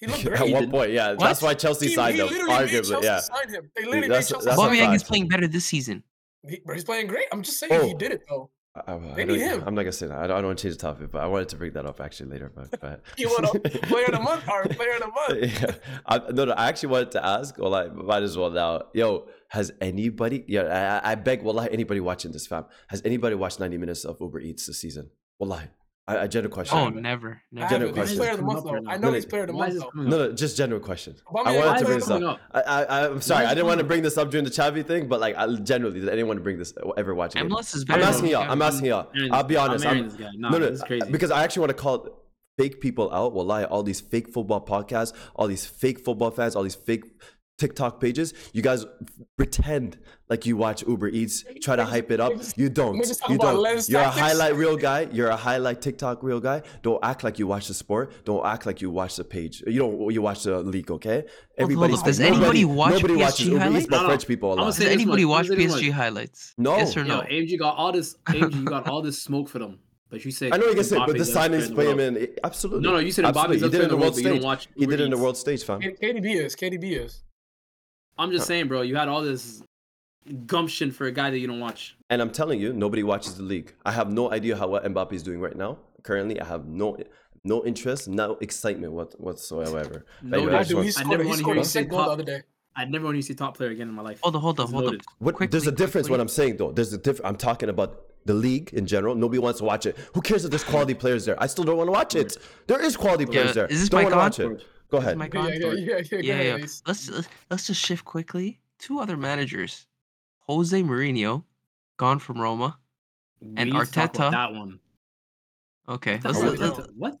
He looked
at
great.
one point. Yeah,
What?
that's why Chelsea
He, he
signed him.
literally made
Arguably,
Chelsea
yeah.
sign him. They literally
That's-
made Chelsea
that's
sign
a
him.
Aubameyang is
fact.
playing better this season.
He- bro, he's playing great. I'm just saying he
Oh.
did it though.
I, I, I
They
don't,
need him.
I'm not gonna say that. I don't, I don't want to change the topic, but I wanted to bring that up actually later. But, but.
He won a player of the month or player of the month.
yeah. I, no, no. I actually wanted to ask. Well, I might as well now. Yo, has anybody? Yeah, I, I beg. Wallahi, anybody watching this, fam? Has anybody watched 90 minutes of Uber Eats this season? Wallahi, I, I general question.
Oh, never,
I
never.
General
haven't. He's
question.
player of the
Come
month,
up right
though.
now.
I know
No,
he's
no.
player of the
Why
month,
is this
though.
coming up?
No, no, just general question.
Obama
I wanted
is
Why
to
is
bring
player
this
this
of the
up.
coming up?
I, I, I'm sorry, I didn't want to bring this up during the Chavi thing, but like, I, generally, did anyone bring this ever watch it?
MLS is
I'm
better.
asking
than
y'all. I'm
Chavi.
asking y'all.
Aaron's-
I'll be honest.
I'm
I'm-
airing this guy. No,
no, no,
this is crazy.
because I actually want to call fake people out. Wallahi, all these fake football podcasts, all these fake football fans, all these fake TikTok pages. You guys pretend like you watch Uber Eats, try to hype it up. You don't.
Niggas talk
You
about
don't.
lens
You're a
tactics.
highlight reel guy. You're a highlight TikTok reel guy. Don't act like you watch the sport. Don't act like you watch the page. You don't. You watch the league, okay?
Hold up, hold up. Does anybody watch PSG highlights?
but
No, no.
French people a
I'ma
lot.
say
Does
this
anybody
much,
watch
say this
PSG
much.
highlights?
No.
Yes or no?
Yo, AMG got all this. AMG, you got all this smoke for them, but you said
I know you guys it, but
Mbappe's
the
best player
signings
in the
play him
world.
in. Absolutely.
No, no, you said
Absolutely. He
Mbappe's best
did
player
it
in the world, but you don't
stage.
watch.
He
Uber
did it in the
Eats.
world stage, fam.
K- KDB is. KDB is.
I'm just saying, bro. You had all this gumption for a guy that you don't watch.
And I'm telling you, nobody watches the league. I have no idea how what Mbappe is doing right now. Currently, I have no no interest, no excitement what, whatsoever. But
No,
anyway,
I
I
God,
just
do.
dude,
want-
he
I
scored,
never
he
wanna hear
scored
you
a
say
sick goal the
pop.
other day.
I never want to see top player again in my life.
Hold on, hold on,
It's
hold on.
loaded.
what, there's a
Quickly,
difference. What
quickly.
I'm saying though, there's a difference. I'm talking about the league in general. Nobody wants to watch it. Who cares if there's quality players there? I still don't want to watch it. There is quality players there.
is this
don't
my
want to watch
con?
it. Go ahead.
my
Yeah, yeah,
Contour.
yeah, yeah,
yeah,
yeah. yeah,
yeah. Let's let's- let's just shift quickly. Two other managers, Jose Mourinho, gone from Roma.
We
And
need to talk about
Arteta.
that one.
Okay, let's,
That's
uh,
not
let-
Arteta.
let's,
What?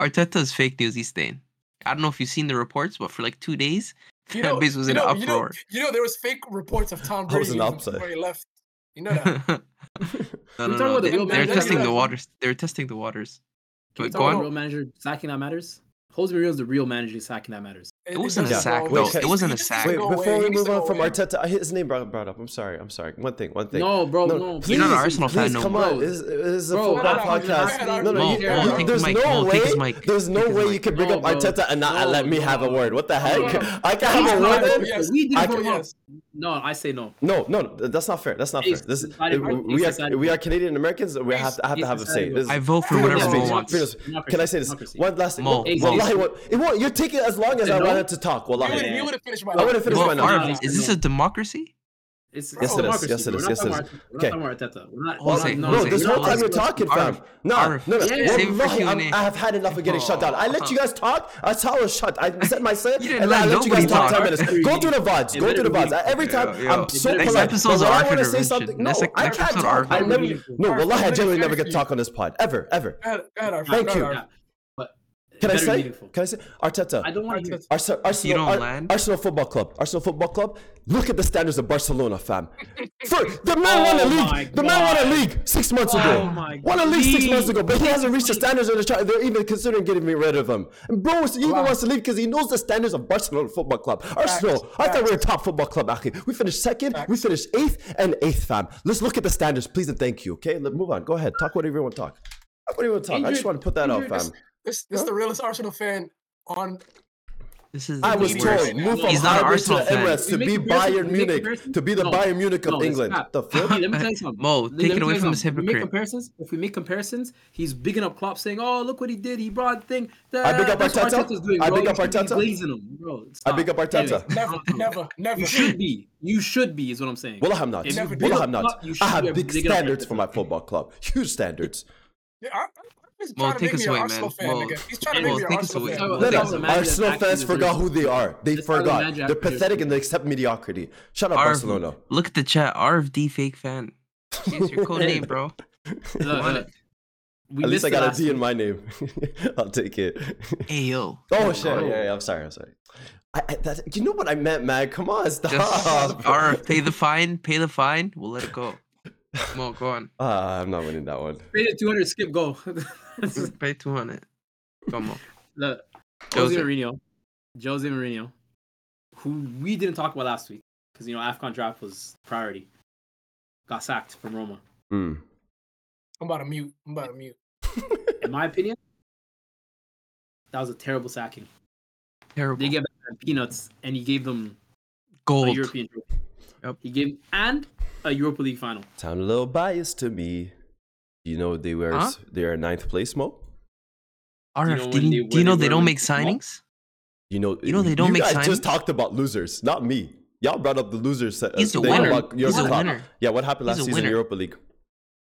Arteta's fake news he's staying. I don't know if you've seen the reports, but for like two days,
You
fan
know,
base was
you
in
know,
an
you know,
uproar.
you know, there was fake reports of Tom
That was
Brady
an
leaving
upset.
before he left. You know that.
no,
Can we
no,
talk
no.
about the
They,
real
they're
manager?
testing the
Yeah.
waters. They're testing the waters.
Can we
But
talk
go
about
on.
real manager sacking that matters? Jose Mourinho's the real manager sacking that matters.
It,
wasn't
a
just-
sack,
no,
though.
just-
It
wasn't a
he just
sack.
Wait,
needs to go
before
away.
we
He needs
move
to
on
go
from
away.
Arteta, his name brought, brought up. I'm sorry. I'm sorry. One thing. One thing.
No, bro, no.
please,
not an
please.
Arsenal fan
please,
no
Come
more.
on, this, this is a
Bro,
football
I don't- I
podcast.
don't-
No, no,
Mo,
you,
Mo,
you-
take his
there's
mic,
no
Mo, take his
way.
mic,
There's no
take his
way
mic.
you can bring
No,
up
bro.
Arteta and not
No,
let me have a
no.
word. What the
No, no,
heck?
no.
I can have a
He's
word.
not-
in?
yes.
We
I
didn't vote
can-
yes. No, I say no.
No, no, no, that's not fair. That's not fair.
Please,
This is,
society-
we are
society-
we are Canadian Americans. We have to, I have to
please,
have a say.
society-
This is-
I vote for
freedom of
whatever
speech,
Mo wants.
freedom of speech. Can I say this?
Democracy.
One last thing.
Mo,
Wallahi, what- it won't. You're taking as long as I
No.
wanted to talk.
You
Wallahi.
would- You
Yeah.
would have finished my.
I would have
life.
finished
Well,
my
are-
life.
is this a democracy?
It's,
Yes,
it's
it is.
democracy,
Yes, it
bro.
is.
We're not
Yes, it
talking
is.
about Arteta. We're not talking about Arteta. We're not- we're
Jose,
not-
No,
Jose,
this
no,
whole time
Jose.
you're talking, fam.
Arif,
No,
Arif.
no, no.
Yeah, yeah,
save it for
Wallahi, I'm-
Q&A.
I have had enough of getting shut down. I let you guys talk. That's how I was shut. I said my say,
Uh-huh. You didn't
and I
let
let you guys
nobody
talk
talk.
ten minutes. Go through the vods.
It
Go through the
better
vods.
be-
Every time
Yo, yo.
I'm so
Next
polite.
episode's
But when
Arif
I want to say
intervention.
something. No,
Next- next
I can't
episode's
talk.
Arif
I never.
intervention.
No,
Arif,
Wallahi, I
let me
generally
finish
never get
you.
talk on this pod ever, ever.
Go ahead- go ahead, Arif.
Thank
Go ahead,
you.
Arif.
Yeah, but
Can I
better
say?
meaningful.
Can I say? Arteta.
I don't want to.
Arsenal, Arsenal,
don't
Ar-
land?
Arsenal Football Club. Arsenal Football Club. Look at the standards of Barcelona, fam. For, the man won a
Oh my
league. The man won a
God. Oh
league six months ago.
my
won a league six
God.
months ago, but he hasn't reached the standards of the child. They're even considering getting me rid of him. And bro is- he even
Wow.
wants to leave because he knows the standards of Barcelona Football Club. Arsenal. I thought we were a top football club. Actually, we finished second. We finished eighth and eighth, fam. Let's look at the standards, please and thank you. Okay, let move on. Go ahead. Talk whatever you want to talk. Talk whatever you want to talk. I just
Injured-
want to put that out,
injured is-
fam.
This this is the realest Arsenal fan on
This is
I
the
was
He's
worst.
told move from
He's not an
Harvard to
Arsenal
the
fan.
Emirates to
You make
be
comparison- you
Bayern
make
Munich
comparison?
to be the
No.
Bayern Munich of
No, it's
England.
crap.
The
Hey,
flip.
let me tell you something.
Mo,
Let me
take
tell
it away
you
from this
something. If we make
hypocrite.
comparisons, if we make comparisons, he's bigging up Klopp, saying, "Oh, look what he did. He brought thing." Da-
I big up
That's what
Arteta.
Arteta's doing,
I
bro.
big
You
up
should be
Arteta.
Blazing him, bro.
I big up Arteta.
Anyways,
never, never, never.
You should be. You should be. Is what I'm saying.
Well, I'm not.
If you
Never
big
Well,
up
I'm not.
Klopp, you
I
should be
have
a
big
big up
standards
Arteta.
for my football club. Huge standards.
Yeah, I- I- He's
Mo,
trying to
take
make
us
me an
away,
Arsenal
man.
fan.
Mo,
nigga. He's trying to
Mo,
make me an
take us
Arsenal
away.
fan.
Mo,
No,
take
no.
us away.
Arsenal fans forgot who they are. They
Let's talk about
forgot.
manager
They're
after this.
pathetic and they accept mediocrity. Shut up,
Arv,
Barcelona.
Look at the chat. RFD fake fan. It's your code name, bro.
Look, look, we
At least
missed
I
the
got a
last
D in
one.
my name. I'll take it.
Hey yo.
Oh shit! Yeah, yeah, I'm sorry. I'm sorry. I, I, that, you know what I meant, man. Come on, stop.
Just Arv, pay the fine. Pay the fine. We'll let it go. Mo, go on.
Ah, I'm not winning that one.
Trade at 200. Skip goal.
Pay two hundred. Come on.
Look, Jose
Jose.
Mourinho, Jose Mourinho, who we didn't talk about last week because you know Afcon draft was priority, got sacked from Roma.
Mm.
I'm about to mute. I'm about to mute.
In my opinion, that was a terrible sacking. They
Terrible.
gave him peanuts, and he gave them a
Gold.
European trophy.
Yep.
He gave and a Europa League final.
Sound a little biased to me. You know they were
Huh?
they are ninth place, Mo.
know
Arv,
when
did he-
they-
do
when
you know
they
they
were
don't
in
make
the World Cup?
signings?
You know
You know they don't make
guys
signs?
just talked about losers, not me. Y'all brought up the losers. se-
He's a
thing
winner.
about
He's
Europa
a
Cup.
winner.
Yeah, what happened
He's
last
a
season in
winner.
Europa League?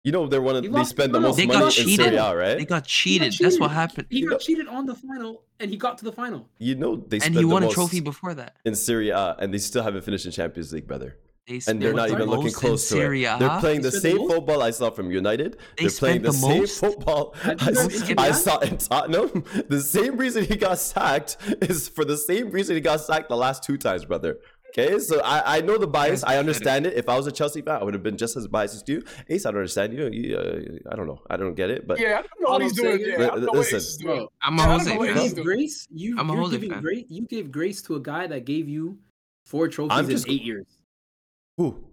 You know they're one of
He
they
lost-
spend
no,
the
no,
most
they
money
got
in Serie
cheated.
A,
They
right?
got
He got
cheated. That's what
cheated.
happened.
He
You
got
know-
cheated on the final, and he got to the final.
You know they spend
And he
the
won a
most
trophy before that.
in Serie A, and they still haven't finished in Champions League, brother.
They
And they're
spent
not
the
even looking
most in
close to
Serie
it.
A.
They're playing
They
the
spent the
same
most?
football I saw from United.
Uh-huh. They
They're playing
spent
the
the
same
most?
football
I
I,
don't
s-
skip
I
that.
saw in Tottenham. The same reason he got sacked is for the same reason he got sacked the last two times, brother. Okay, so I, I know the bias. I
pathetic.
understand it. If I was a Chelsea fan, I would have been just as biased as you. Ace, I don't understand you. you uh, I don't know. I don't get it, but
Yeah, I don't know
All
what
I'm
he's doing.
saying
Yeah,
is-
I don't know what
Listen.
Ace is doing.
Bro,
I'm a
I don't
Jose
know what
you
Yeah.
fan.
he's
gave grace. You,
I'm a
you're
Jose
giving
fan.
grace. You give grace to a guy that gave you four trophies
just-
in eight years.
who?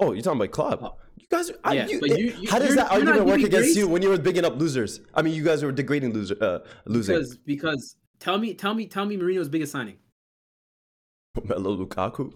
Oh, you're talking about Klopp. You guys, I,
Yeah,
you, eh,
but you- you-
how does that
you're- you're not
argument work
giving
against
grace?
you when you were bigging up losers? I mean, you guys were degrading loser, uh, losing.
Because because tell me tell me tell me Marino's biggest signing.
Melo Lukaku,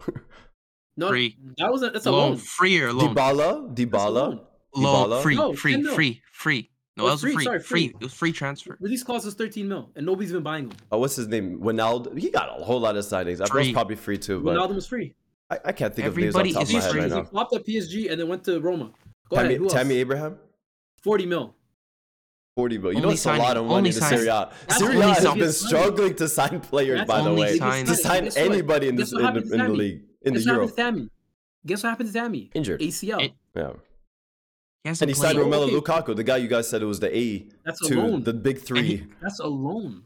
No,
Free.
that was a, that's a
Loan,
loan.
free or loan?
Dybala,
That's a
Dybala.
loan.
Loan,
Dybala?
free,
No,
free,
ten mil.
free, free. No,
Oh,
that was
free,
free, free,
sorry, free.
It was free transfer.
Release clause is 13 mil, and nobody's been buying him.
Oh, what's his name? Ronaldo. He got a whole lot of signings. I was
Free.
probably free too, but
Ronaldo was free.
I, I can't think
Everybody
of
is
names off the top of
free.
my head
he
right now.
flopped at PSG and then went to Roma. Go ahead.
Tammy,
Who
Tammy
else?
Abraham,
40 mil.
40 million. You know,
Only
it's a lot
signing.
of
Only
money to
signing.
Serie A.
That's
Serie
only
A has
signing.
been struggling to sign players,
That's
by the
only
way.
signing.
To
Guess
sign
what?
anybody in,
Guess
this,
what
in, the,
happened to
in the
Tammy?
league, in the
Guess what
Euro.
happened to Tammy? Guess what happened to Tammy?
Injured.
ACL.
It-
Yeah.
He
And
hasn't
he
played.
signed Romelu
Okay.
Lukaku, the guy you guys said it was the A
That's a
to
loan.
the big three.
That's a loan.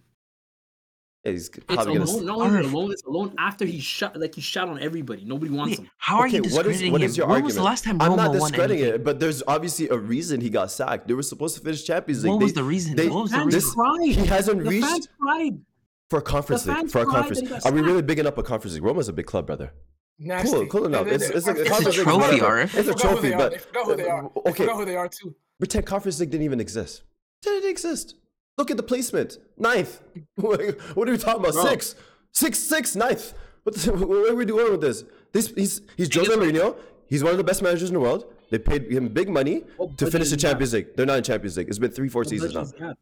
Yeah, he's
It's a
probably
loan.
going to.
Not only a
starve.
loan, it's a loan after he shot like he shot on everybody. Nobody wants
Wait,
him.
how are
Okay,
you
what is-
discrediting
what
him?
is your
when was the
argument?
last time
I'm
Roma
not
won
discrediting
anything?
it, but there's obviously a reason he got sacked. They were supposed to finish Champions League.
What was
They-
the reason?
they-
What was the
Fans
this-
reason?
cried.
he hasn't
The
reached
fans cried.
for a conference
The
league.
fans
For a
cried that
conference.
he got
Are we
sacked.
really bigging up a conference league? Roma's a big club, brother.
Nasty.
Cool, cool enough.
They're-
It's,
they're-
it's, a,
they're-
It's a
conference league,
trophy,
whatever.
RF.
It's a
They forgot who
trophy,
they are.
but
They forgot who they are. They
okay.
forgot who they are too.
Pretend conference league didn't even exist. Didn't exist. Look at the placement. Ninth. what are we talking about?
Bro.
Six. Six, six, ninth. What, the, what are we doing with this? this he's he's Jose Mourinho. He's one of the best managers in the world. They paid him big money
What
to
Oh, budget Oh,
finish the
does he have?
Champions League. They're not in Champions League. It's been three, four seasons now.
Budgets, yeah.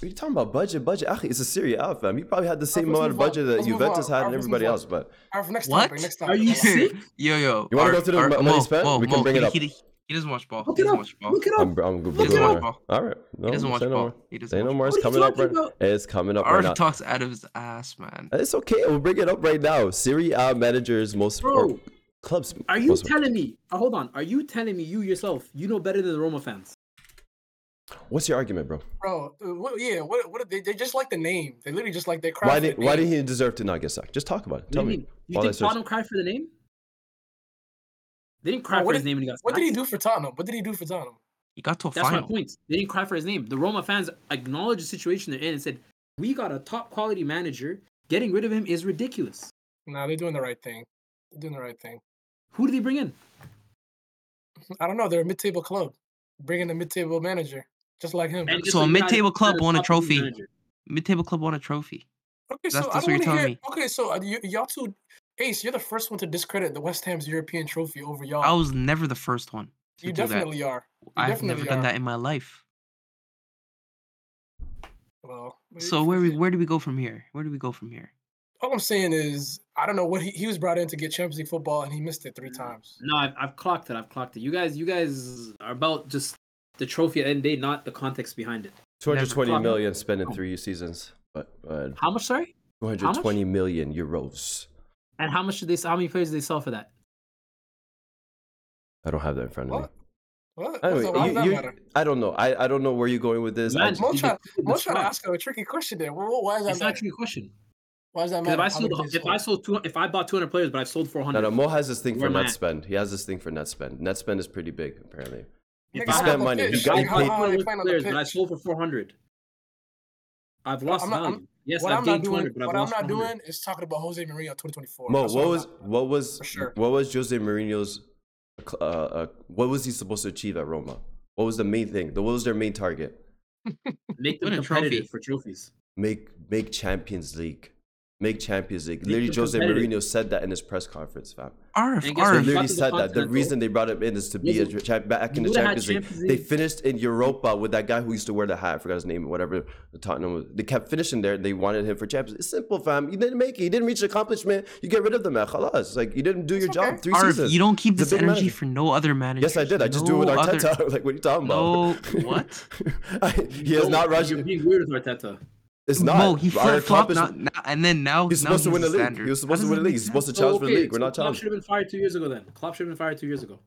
What are you talking about? Budget, budget. Ah, it's a Serie A, fam. He probably had the same
let's
amount of
move on.
budget that
Let's move on.
Juventus had
Alright,
and
let's
everybody
move on.
else, but.
All right, for next
What?
topic. Next topic.
Are you
next topic.
sick?
Yo, yo.
You wanna
Ar-
go through the
Ar-
money
Mo,
spent?
Mo,
We can
Mo,
bring it
he-
up.
He, he doesn't watch ball.
Look
he
it
doesn't
up.
watch ball.
Look it up.
I'm, I'm
Look it
Googling
up.
right now. All right. No,
He doesn't watch
say no
ball.
more.
He doesn't
Say no
watch
more. It's
What are you
coming up. Right.
talking about?
It's coming up right
Arif
now.
talks out of his ass, man.
It's okay. We'll bring it up right now. Serie A managers, most or
Bro.
clubs.
Are you
most-
telling me? Oh, hold on. Are you telling me you yourself you know better than the Roma fans?
What's your argument, bro?
Bro, uh, what, yeah, what, what they, they just like the name. They literally just like their crap.
Why did Why did he deserve to not get sacked? Just talk about it.
What
Tell
do you
me.
mean? You
While I
think
search-
Tottenham cried for the name? They didn't cry
Bro,
for
Oh, what
his
did-
name when he got
What did he
sacked.
do for Tottenham? What did he do for Tottenham?
He got to a
That's my
final.
point. They didn't cry for his name. The Roma fans acknowledged the situation they're in and said, "We got a top quality manager. Getting rid of him is ridiculous."
Nah, they're doing the right thing. They're doing the right thing.
Who did they bring in?
I don't know. They're a mid-table club, bringing a mid-table manager just like him.
And guess
So
what
a
you got?
mid-table
You
club
got
won a
top quality
trophy.
manager.
Mid-table club won a trophy.
Okay,
That's-
so
that's
I
what
don't
you're
want to
telling
hear.
me.
Okay, so uh, you, y'all two, Ace, you're the first one to discredit the West Ham's European trophy over
Oh.
y'all.
I was never the first one. To
you
do
definitely are. You
That. I've
definitely
never
are.
done that in my life.
Well, maybe
So
if
where we
you-
where do we go from here? Where do we go from here?
all I'm saying is, I don't know what he, he was brought in to get Champions League football, and he missed it three times.
No, I've, I've clocked it. I've clocked it. You guys, you guys are about just the trophy at the end of the day, not the context behind it.
220
Never.
million spent in three seasons, but uh,
How much, sorry?
220 million euros.
And how much did they? How many players did they sell for that?
I don't have that in front of me.
What? What?
Anyway,
so why does
you,
that
you-
matter?
I don't know. I, I don't know where you're going with this. I
Man,
just-
Mo
you
trying,
can-
Mo
that's
trying to
fine.
ask a tricky question there. Wh- wh- Why does that
It's
matter?
not a question.
Why does that
Because if
matter?
I
How many
sold,
did
if
you
I
sell?
sold two, if I bought 200 players, but I've sold 400.
No, no, Mo has this thing
Where
for
am I
net
at?
spend. He has this thing for net spend. Net spend is pretty big, apparently.
If I
Nigga, I'm
spent
on the
money, you
pitch.
got-
Like,
you
how-
paid-
how are they
players,
playing on the
but I
pitch?
sold for 400. I've lost
I'm not- I'm-
value. yes,
What
I've
I'm not
gained
doing,
200, but I've
what I'm
lost
not
400.
doing is talking about Jose Mourinho 2024.
Mo,
That's
what
I'm
was
not-
what was
For sure.
what was Jose Mourinho's uh, uh, what was he supposed to achieve at Roma? What was the main thing? The, what was their main target?
Make them
Win a trophy.
competitive for trophies.
Make make Champions League. make Champions League.
Make
Literally,
them
Jose
competitive.
Mourinho said that in his press conference, fam.
RF,
And guess
They
what?
RF.
literally
Fuck the
said that. The
Continental.
reason they brought him in is to be a,
Listen,
cha- back in
you
the
would've had
Champions League.
Champions
They
League.
finished in Europa with that guy who used to wear the hat. I forgot his name, whatever. The Tottenham. was- They kept finishing there. They wanted him for Champions. League. It's simple, fam. You didn't make it. You didn't reach the accomplishment. You get rid of the man. Khalas. It's Like you didn't do your
It's
job.
okay.
Three
RF,
seasons.
you don't
He's
keep
a
this
big
energy
manager.
for no other manager.
Yes, I did. I just do it with
No other-
Arteta. like, what are you talking
No,
about?
what?
I, he is
No,
not
You're
Russian.
being weird with Arteta.
It's not.
No, he
Our
flip flopped,
accomplishment-
and then now
He's
now
supposed to win
a
the league.
standard.
He was
That
supposed to win the league.
doesn't make
He's
sense.
supposed to challenge for the league. We're
so
not
Klopp should
challenging.
have been fired two years ago. Then Klopp should have been fired two years ago.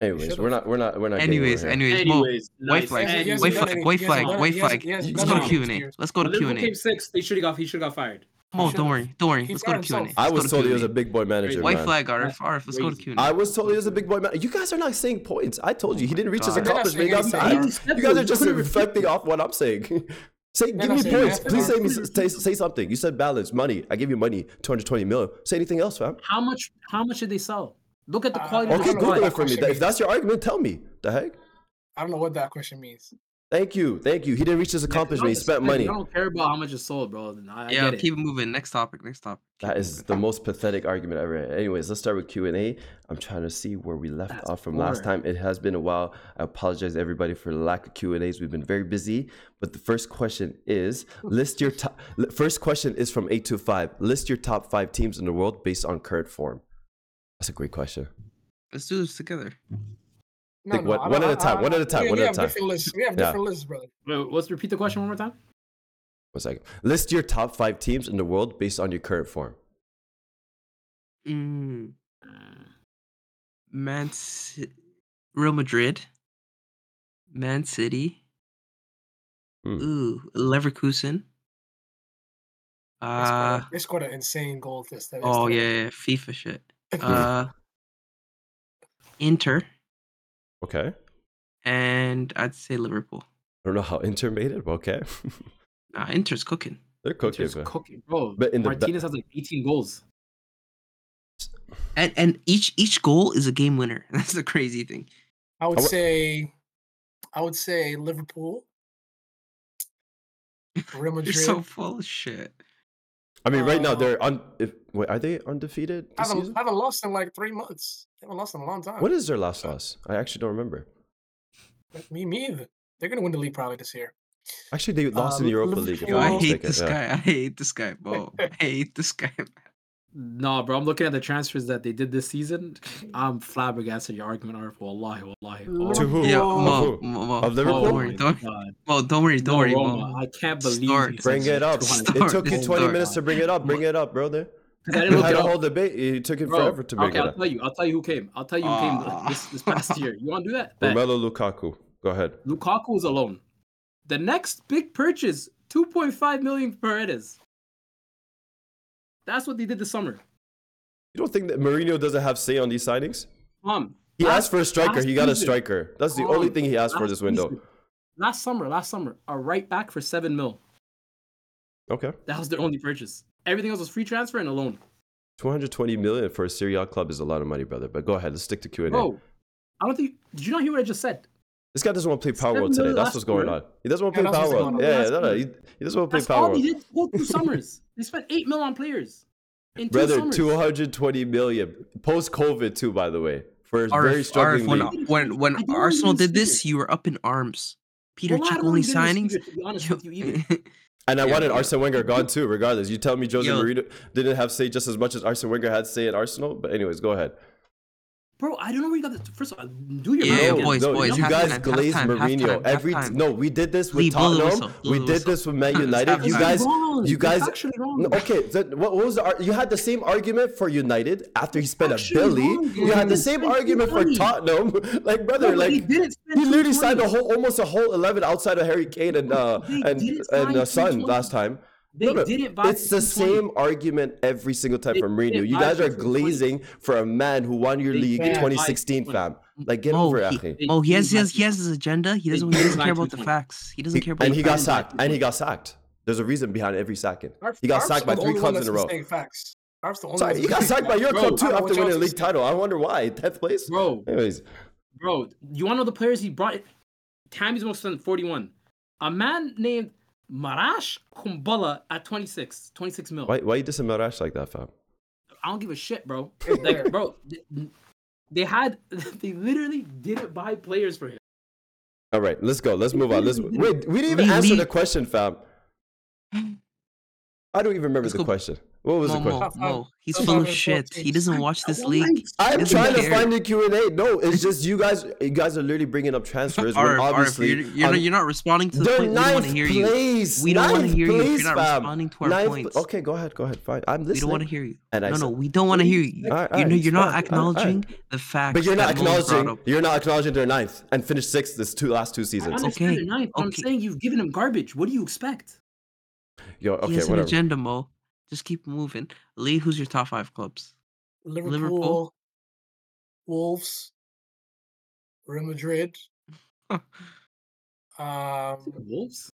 Anyways, we're not. We're not. We're not. getting
Anyways,
over here.
anyways, anyways
Anyways,
Mo, white flag,
Anyways,
white
he
flag,
hasn't
white
done
flag,
anything.
white
He hasn't-
flag.
he hasn't
Let's
done
go to
anything.
Q and A. Let's go to Q
Liverpool
and
came
A.
sixth. They should have got. He should have got fired.
Mo,
should've.
don't worry, don't worry.
He
Let's go to
fired
Q and A.
himself.
I was told he was a big boy manager.
Crazy.
White
man.
flag, RF,
That's
RF. Let's go to
crazy.
Q and
I
A.
was told he was a big boy man. You guys are not saying points. I told you he didn't reach his
God.
They're not
accomplishment.
saying
I'm
anything.
saying-
They're
You guys are just reflecting off what I'm saying. Say, give
not
me
saying
points.
nothing.
Please say, me, say, say something. You said balance, money. I give you money, 220 mil. Say anything else, fam.
How much? How much did they sell? Look at the
Uh,
quality.
I
of the
Okay,
don't know what
Google
that
it for me.
question
If that's your argument, tell me. The heck?
I don't know what that question means.
Thank you. Thank you. He didn't reach his accomplishment. He spent money.
I don't care about how much it sold, bro. Then I, I
Yeah,
get it.
keep it moving. Next topic. Next topic. Keep
That
it
is
moving.
the most pathetic argument I've ever. Had. Anyways, let's start with Q and A. I'm trying to see where we left
That's
off from last time.
boring.
It has been a while. I apologize to everybody for the lack of Q and As. We've been very busy. But the first question is: list your top. li- First question is from eight to five. List your top five teams in the world based on current form. That's a great question.
Let's do this together.
No,
Think
no,
one-
I
one
don't-
at a
I-
time,
I-
one at a time,
we-
one at
we
a
have
time.
Different lists. We have
Yeah.
different lists, brother.
Wait, let's repeat the question one more time.
One second. List your top five teams in the world based on your current form.
Mm, Man, Ci- Real Madrid, Man City,
Hmm.
ooh, Leverkusen.
They
Uh,
scored a- they scored an insane goal this. this
oh
time.
yeah, yeah, FIFA shit.
Hmm.
Uh, Inter
Okay. I
and I'd say Liverpool.
don't know how Inter made it, but okay.
Nah, Inter's cooking.
They're cooking.
Just
man.
cooking, bro.
But in the ba-
Martinez has like 18 goals.
And and each each goal is a game winner. That's the crazy thing.
I would
I wa-
say, I would say Liverpool, Real
You're
Madrid.
so full of shit.
I mean, right now
Uh,
they're un. If, wait, are they undefeated?
I
This
haven't,
season?
I haven't lost in like three months. I haven't lost in a long time.
What is their last loss? I actually don't remember.
But Me, me either. They're gonna win the league probably this year.
Actually, they
Uh,
lost in
Um,
the Europa League. If
Yo,
I'm
I
not
hate
mistaken,
this
yeah.
guy. I hate this guy, bro. I hate this guy.
No, bro. I'm looking at the transfers that they did this season. I'm flabbergasted. Your argument, Arif. Wallahi, wallahi.
To
To
Oh,
who?
Yeah,
Whoa.
Mo,
Of who?
Mo, Mo,
Of
Mo,
Liverpool?
Don't
oh
worry,
my
don't,
God.
Mo, don't worry, don't
No,
worry,
Roma,
Mo.
I can't believe.
Start.
you said
Bring it up.
200.
It took you 20
Start. Start.
minutes to bring it up. Bring it up, brother.
Because I
You
didn't look
had
it
a
up.
whole debate. It took him
Bro,
forever to bring
okay,
it
I'll
up.
tell you. I'll tell you who came. I'll tell you who came
Ah.
th- this, this past year. You want to do that? Bet.
Romelu Lukaku. Go ahead.
Lukaku was alone. The next big purchase, 2.5 million Paredes. That's what they did this summer.
You don't think that Mourinho doesn't have say on these signings?
Um,
He
last-
asked for a striker.
last
He got a
season-
striker. That's the
Come
only
on,
thing he asked for
last
this window.
season- Last summer, last summer, a right back for seven mil.
Okay.
That was their only purchase. Everything else was free transfer and a loan.
220 million for a Serie A club is a lot of money, brother. But go ahead. Let's stick to Q&A.
Bro, I don't think. Did you not hear what I just said?
This guy doesn't want to play Power World
Seven
today. That's
last
what's going
year.
on. He doesn't want to
Yeah,
play
that's
Power
what's
World.
going
on.
Yeah, yeah,
Last
no, no.
year.
He, he doesn't want to play
That's
Power
all they
World.
did. Well, two summers. They spent eight mil on players. In two
Brother,
summers.
220 million. Post COVID, too, by the way. For a very
RF, RF,
struggling
when,
league.
when, when
I didn't
Arsenal
even
did
see
this,
it.
you were up in arms. Peter
Well, I
Check
don't
only
even understand
signings.
this figure, To be honest with you, either.
And I
Yeah,
wanted
yeah.
Arsene Wenger gone, too, regardless. You tell me Jose
Yo.
Mourinho didn't have say just as much as Arsene Wenger had say at Arsenal. But, anyways, go ahead.
Bro, I don't know where you got this. First of all, do your
Yeah,
math
yeah,
No,
again.
boys,
no,
boys,
you
half
guys
time,
glazed
half time, half
Mourinho.
time, half
Every
time.
no, we did this with
Lee, blow the
Tottenham.
whistle, blow
we
the
did
whistle.
this with Man
It's
United.
half
You
time.
guys,
Wrong.
you
It's
guys,
actually wrong.
No, okay. th- what, what was the ar- you had the same argument for United after he spent
Actually
a billy.
wrong,
you had the
bro.
same
Spent
argument for
220.
Tottenham. like brother,
No, but
like
they didn't spend
he literally signed a
220.
whole almost a whole eleven outside of Harry Kane and uh,
They
and
didn't
and
sign
uh, Son
220.
last time.
They
No, no,
didn't buy
it's the
220.
same argument every single time
They
from Mourinho.
didn't
You
buy
guys are
220.
glazing for a man who won your
They
league in
can't buy
2016,
220.
fam. Like get
Mo,
over it,
he-
Achi.
They
Oh, he has,
didn't
he
buy
has, he has his agenda. He doesn't, he
did
doesn't
buy
care about the
220.
facts. He doesn't
He-
care about.
and
the
he got
facts.
sacked. And he got sacked. There's a reason behind every sacking.
Arf-
He got
Arf's
sacked by
the
three
only
clubs
one
in a
that's
row.
saying Facts. Arf's the only one
Sorry,
that's
you got
saying
sacked by
facts.
your
Bro,
club
I
too
don't know
after
what
winning a
Chelsea's
league title. I wonder why. 10th place?
Bro,
Anyways,
bro, you want to know the players he brought? Tammy's most spent 41. A man named Marash Kumbala at 26, 26 mil.
Why why you dissing Marash like that, fam?
I don't give a shit, bro.
It's there.
Like, bro, th- they had, they literally didn't buy players for him.
All right, let's go. Let's move on. Let's wait. We didn't even answer the question, fam. I don't even remember
Let's
the
go-
question. What was the question?
Mo, Mo,
question?
Mo, he's
Top
full
five
of
or
shit.
top
He doesn't watch this league.
I'm
Doesn't
trying to
care.
find the Q and A. No, it's just you guys. You guys are literally bringing up transfers. when
Arif, Arif,
obviously,
you're, you're,
on-
not, you're not responding to the
they're
point. We don't want to
ninth
hear you.
place.
We don't wanna
Ninth
hear you if you're
place,
not
fam.
responding to our
Ninth-
points.
Okay, go ahead. Go ahead. Fine. I'm listening.
We don't want to hear you.
And I
no, no,
said-
we don't want to hear
Alright,
you. you know,
alright,
you're not
fine, alright,
acknowledging the fact.
But you're not
that Mo brought
acknowledging.
up.
You're not acknowledging they're ninth and finished sixth this two last two
I
seasons.
understand
okay,
they're ninth, but I'm
okay.
saying you've given him garbage. What do you expect?
Yo,
he
okay,
has an
whatever.
agenda, Mo. Just keep moving. Lee, who's your top five clubs?
Liverpool,
Liverpool.
Wolves, Real Madrid. Um,
Wolves?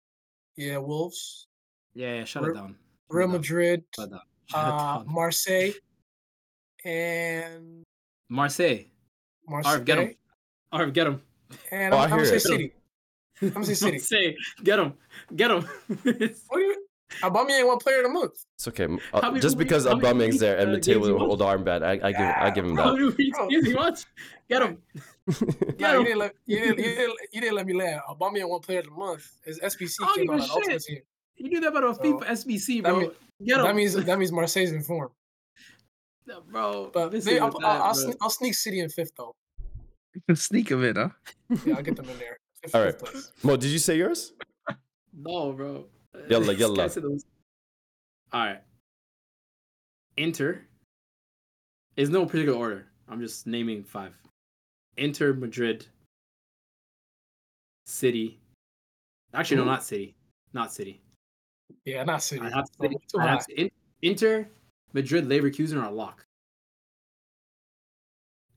yeah, Wolves,
Yeah, yeah shut
Real-
it down. Shut it
Real
down.
Madrid,
Shut it down. Shut it
uh,
down.
Marseille, and
Marseille.
Marseille.
Arv, get him. Arv, get him.
And
Oh, I
I'm, I'm
hear
gonna say
it.
City. I'm gonna say City.
Marseille, get him. Get him.
What do you? Aubameyang one player of the month.
It's okay. m- uh,
many
just
weeks-
because
how many
Aubameyang's there and
weeks, uh,
Mateo
games
with
you
an
watch?
old armband, I, I give I give him
How
that.
many weeks
Bro.
did he watch? Get him.
Nah, Oh. you
him.
didn't let you didn't, you didn't, you didn't let me laugh. Aubameyang one player of the month. His SBC
I don't
came
give a
out on
shit.
Ultimate Team.
You knew that about a
So,
FIFA SBC,
Oh. that
bro.
mean-
get him.
That means that means Marseille's in form.
bro.
But uh,
this
maybe
is
I'll,
bad,
I'll, I'll,
bro.
sneak, I'll sneak City in fifth though.
Sneak him in, huh?
Yeah, I'll get them in there. Fifth,
All right.
fifth place.
Mo, did you say yours?
No, bro.
Yalla,
This
yalla.
guy said it was- All right. Inter. Is no particular order. I'm just naming five. Inter Madrid. City. Actually, no,
Ooh.
not City. Not City.
Yeah, not City.
I have to
So,
say,
too
I'd have
high.
to- In- Inter, Madrid, Leverkusen are a lock.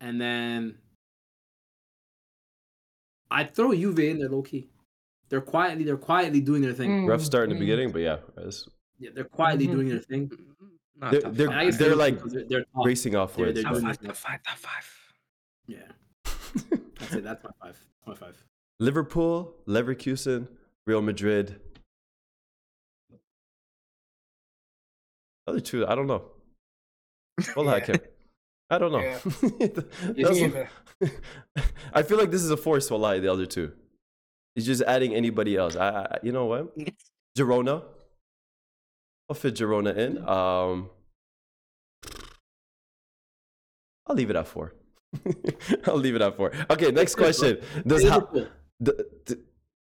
And then I'd throw Juve in there low key. They're quietly, they're quietly doing their thing.
Rough start in
Mm,
the beginning, but yeah, it's-
Yeah, they're quietly
Mhm.
doing their thing.
Not
They're-
top
they're-
And
five.
I guess
they're
Liverpool
like
because they're, they're top.
racing off
Oh. They're-
words.
they're
Top
doing
but-
five,
that.
top five, top five.
Yeah, that's it. That's my five. That's my five.
Liverpool, Leverkusen, Real Madrid. Other two, I don't know. Well,
Yeah.
I can. I don't know.
Yeah.
That's
Me
what-
either.
I feel like this is a force. Will lie the other two. It's just adding anybody else. I, I you know what? Girona. I'll fit Girona in. Um, I'll leave it at four. I'll leave it at four. Okay, next question. Does how?
Liverpool.
The, the,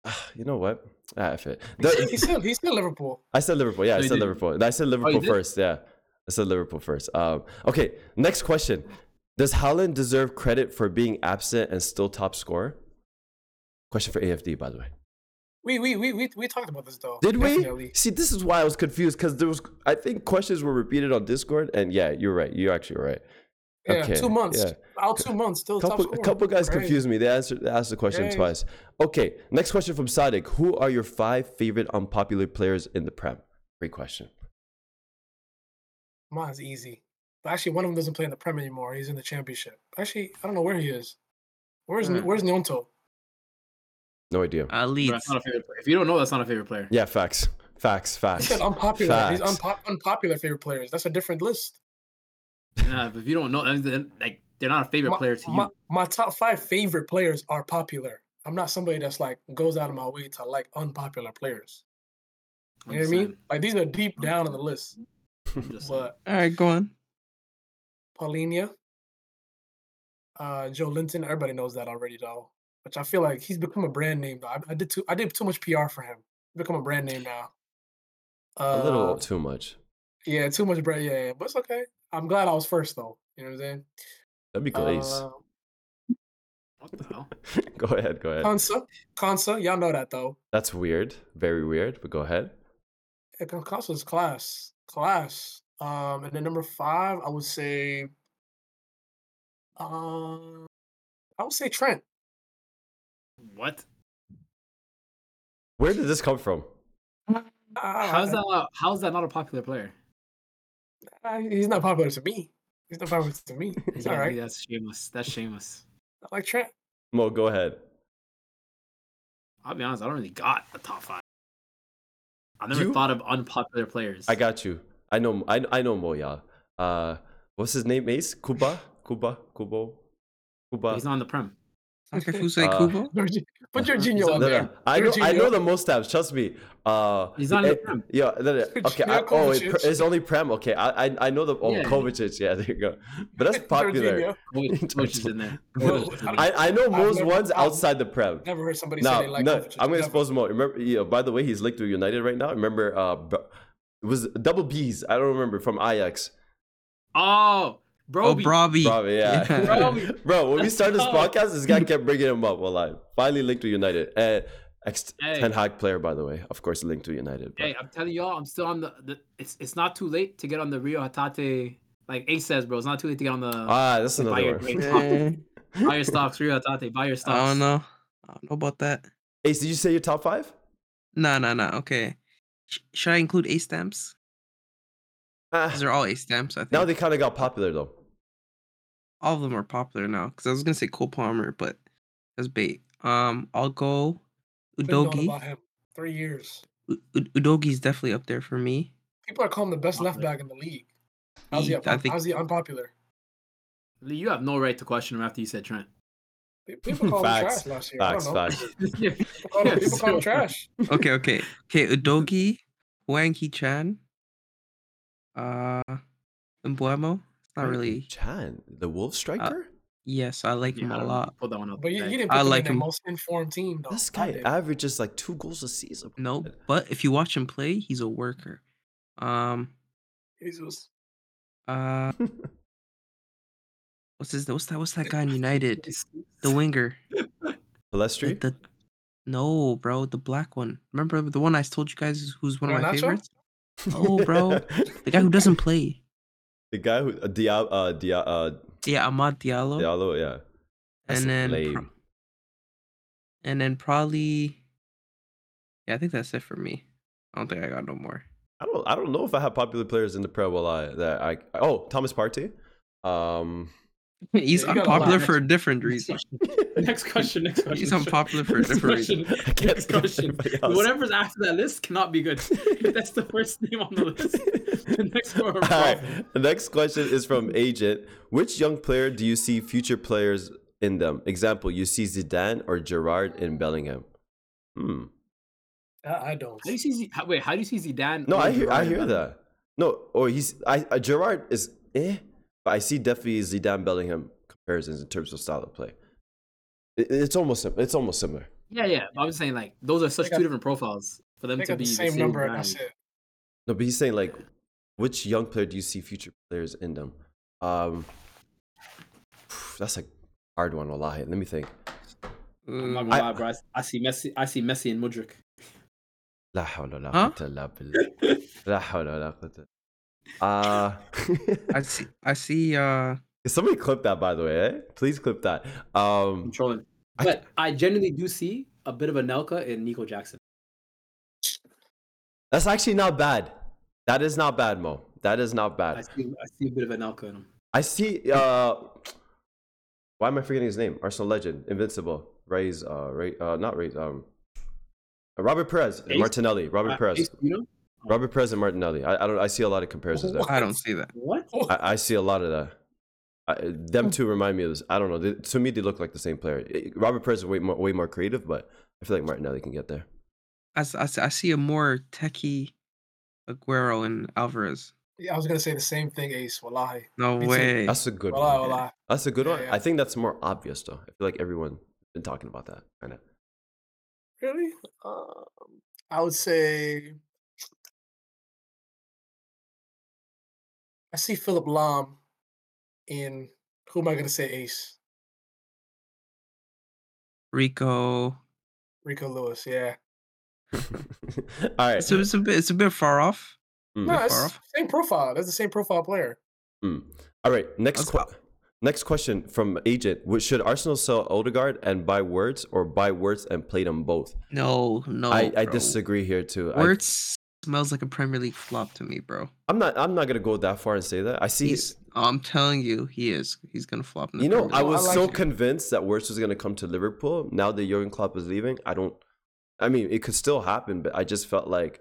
Ah, you know what? Ah, F it.
He's,
The-
he's still he's still Liverpool.
I said Liverpool. Yeah, I
No, you
said
didn't.
Liverpool. I
Oh,
said Liverpool
did?
first. Yeah, I said Liverpool first. Um, okay, next question. Does Haaland deserve credit for being absent and still top scorer? Question for AFD, by the way.
We we we we, we talked about this though.
Did we?
Definitely.
See, this is why I was confused because there was, I think, questions were repeated on Discord, and yeah, you're right. You're actually right.
Yeah,
Okay,
two months.
yeah.
Out two months, still
Couple,
top
a
scorer.
couple guys
Crazy.
confused me. They answered, they asked the question
Crazy.
twice. Okay, next question from Sadik. Who are your five favorite unpopular players in the Prem? Great question.
Mine's easy. But actually, one of them doesn't play in the Prem anymore. He's in the Championship. Actually, I don't know where he is. Where's
Mm.
Hmm.
Where's Nyonto?
No idea.
Uh,
Bro,
Leeds.
that's not a favorite player. If you don't know, that's not a favorite player.
Yeah, facts. Facts,
He
facts.
said unpopular. These
Facts.
unpo- unpopular favorite players. That's a different list.
Nah, but if you don't know, then- then, like they're not a favorite
My,
player to you.
my, my top five favorite players are popular. I'm not somebody that's like goes out of my way to like unpopular players.
I'm
You know what I
just
mean?
saying.
Like these are deep down on the list.
I'm just saying.
But
All right, go on.
Paulinia, uh, Joe Linton, everybody knows that already though. Which I feel like he's become a brand name though. I, I did too. I did too much PR for him. He's become a brand name now.
a little
Uh,
too much.
Yeah, too much bread. Yeah, yeah, but it's okay. I'm glad I was first though. You know what I'm saying?
That'd be glaze.
Uh,
What the hell?
go ahead, go ahead.
Kansa, Kansa, y'all know that though.
That's weird. Very weird, but go ahead.
Yeah, Kan- Kansa's eh, class, class. Um, and then number five, I would say, um, I would say Trent.
What?
Where did this come from?
Ah,
How's that? not- How's that not a popular player?
ah, he's not popular to me. He's not popular to me. He's all
Exactly,
right.
That's shameless. That's shameless.
I like Trent.
Mo, go ahead.
I'll be honest. I don't really got a top five. I've never
You-
thought of unpopular players.
I got you. I know. I, I know Moya. Uh, what's his name? Ace Kuba. Kuba. Kubo. Kuba.
He's not on the prem.
Soccer Fusei
Uh,
Kubo?
Jorgi- Put
Uh-huh.
Jorginho
He's
on
No,
there.
no. I know. I
Jorginho.
know the most tabs. Trust me. Uh,
He's not
eh,
in the prem.
Yeah. No, no. Okay. I,
Jorginho
oh, it,
Kovacic.
it's only Prem. Okay. I I, I know the. Oh,
Yeah.
Kovacic. Yeah. There you go. But that's popular.
Jorginho.
Coach, coach is in there.
Well,
Coach is in
I-
there.
I I know most
never-
ones
I've-
outside the Prem.
Never heard somebody
No,
say they like
no,
Kovacic.
I'm gonna
Never.
expose more. Remember, yeah, by the way, he's linked to United right now. Remember, uh, br- it was double B's. I don't remember from Ajax.
Oh,
Oh,
Broby.
Brabi.
Probably, yeah.
Broby.
Bro, when we
Let's
started this
go.
podcast, this guy kept bringing him up. Well, I finally linked to United. Uh, ex
Hey.
Ten Hag player, by the way, of course, linked to United. but-
Hey, I'm telling y'all, I'm still on the, the. It's it's not too late to get on the Rio Hatate. Like Ace says, bro, it's not too late to get on the
ah, that's
buy your
another one.
drink.
Eh,
buy your stocks, Rio Hatate, buy your stocks.
I don't know. I don't know about that.
Ace, did you say your top five?
Nah, nah, nah. Okay. Sh- should I include A stamps?
Ah,
These are all A stamps, I think.
now they kind of got popular though.
all of them are popular now. Because I was gonna say Cole Palmer, but that's bait. Um, I'll go
Been knowing
Udogi.
about him. Three years.
U- U- Udogi's definitely up there for me.
People are calling him the best left
Popular.
back in the league. How's he,
He- I
unpop-
think-
how's he unpopular?
Lee, You have no right to question him after you said Trent.
Pe- People called him
Facts.
trash last year.
Facts,
I don't know.
facts.
People called him, people called him
Yes.
trash.
Okay, okay. Okay, Udogi, Wang Ki Chan, uh, Mbuemo. It's not really.
Chan, the Wolf striker.
Uh,
Yes, I like him
Yeah, I
a
don't
lot.
Pull that one up.
But you, you didn't
I
put him
like
in their
him.
most informed team, though.
this
I
guy
did.
averages like two goals a season.
No, but if you watch him play, he's a worker. Um,
He's just-
uh, what's his? What's that? What's that guy in United? The winger. The,
Palestri.
the- no, bro, the black one. Remember the one I told you guys who's one of my
Garnacho?
favorites? Oh, bro. The guy who doesn't play.
The guy who uh, Dia uh, Dia uh,
Yeah, Ahmad Diallo.
Diallo, yeah. That's
and then pro-
lame.
and then probably Yeah, I think that's it for me. I don't think I got no more.
I don't I don't know if I have popular players in the Pro Bowl I, that I oh Thomas Partey. Um
He's
you got a lot.
unpopular for a different reason.
Next question. Next question.
He's unpopular for a
Next
different
question.
reason.
I can't
Next
think of
question.
anybody else.
Whatever's after that list cannot be good. If that's the first name on the list, the next one.
All right. The next question is from Agent. Which young player do you see future players in them? Example, you see Zidane or Gerard in Bellingham. Hmm.
I I don't.
How do you see? Z- how- Wait, how do you see Zidane?
No,
or
I hear I
Varane?
hear that. No, or he's I uh, Gerard is eh, but I see definitely Zidane Bellingham comparisons in terms of style of play. It- it's almost sim- it's almost similar.
Yeah, yeah. I was saying like those are such
They got-
two different profiles for them
They
to
got
be
the same number, and
brand.
that's it.
No, but he's saying like, which young player do you see future players in them? Um, that's a hard one. Wallahi, let me think.
I'm not
Uh,
gonna
I-
lie, bro. I s- I see Messi. I see Messi and Mudrik.
La hawla la
Huh?
quwwata illa billah. La hawla la quwwata. Uh,
I see I see uh
somebody clip that by the way. Eh? Please clip that. Um,
Controlling.
I-
But I genuinely do see a bit of a Nelka in Nico Jackson.
that's actually not bad. That is not bad, Mo. That is not
I
bad.
see, I see a bit of a Nelka in him.
I see. Uh, why am I forgetting his name? Arsenal legend, invincible. Ray's, uh, Ray, uh, not Ray's. Um, uh, Robert Perez, and
Ace?
Martinelli. Robert
Uh,
Perez.
Ace, You know
Robert Perez and Martinelli. I, I don't. I see a lot of comparisons there.
I don't see that.
what?
I, I see a lot of that. I, them two remind me of this. I don't know. They, to me, they look like the same player. Eh, Robert Perez is way more, way more creative, but I feel like Martinelli can get there.
I, s- I s- I see a more techie Aguero and Alvarez.
Yeah, I was gonna say the same thing, Ace. Wallahi.
No
Me too.
way.
That's a good
Wallahi,
one.
wallahi.
That's a good
Yeah,
one.
yeah.
I think that's more obvious though. I feel like everyone been talking about that. I know.
Really? Um, I would say I see Philip Lahm in who am I gonna say Ace?
Rico.
Rico Lewis, yeah.
All right.
It's a, it's a bit it's a bit far off.
Mm.
No,
Bit
it's
far off.
same profile. That's the same profile player.
Mm. All right. Next
Let's
qu- next question from agent. Wh- Should Arsenal sell Odegaard and buy Words or buy Words and play them both?
No, no.
I, I
bro.
disagree here too. I,
Wirtz smells like a Premier League flop to me, bro.
I'm not I'm not gonna go that far and say that. I see.
He's, I'm telling you, he is. He's gonna flop. In the
You know,
Premier
I
No, I
League.
was
like
so
it.
convinced that Wirtz was gonna come to Liverpool. Now that Jurgen Klopp is leaving, I don't. I mean, it could still happen, but I just felt like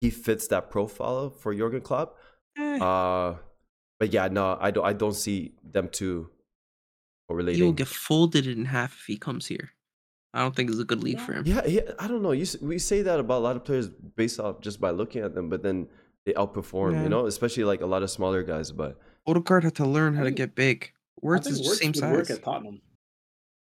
he fits that profile for Jurgen Klopp.
Eh,
Uh, but yeah, no, I don't. I don't see them two
he will
correlating.
get folded in half if he comes here. I don't think it's a good league for him.
Yeah, yeah, I don't know. You s- we say that about a lot of players based off just by looking at them, but then they outperform.
Yeah.
You know, especially like a lot of smaller guys. But
Odegaard had to learn how to
think-
get big.
I
Wirtz
think
is the
Wirtz
same
would
size.
Work at Tottenham.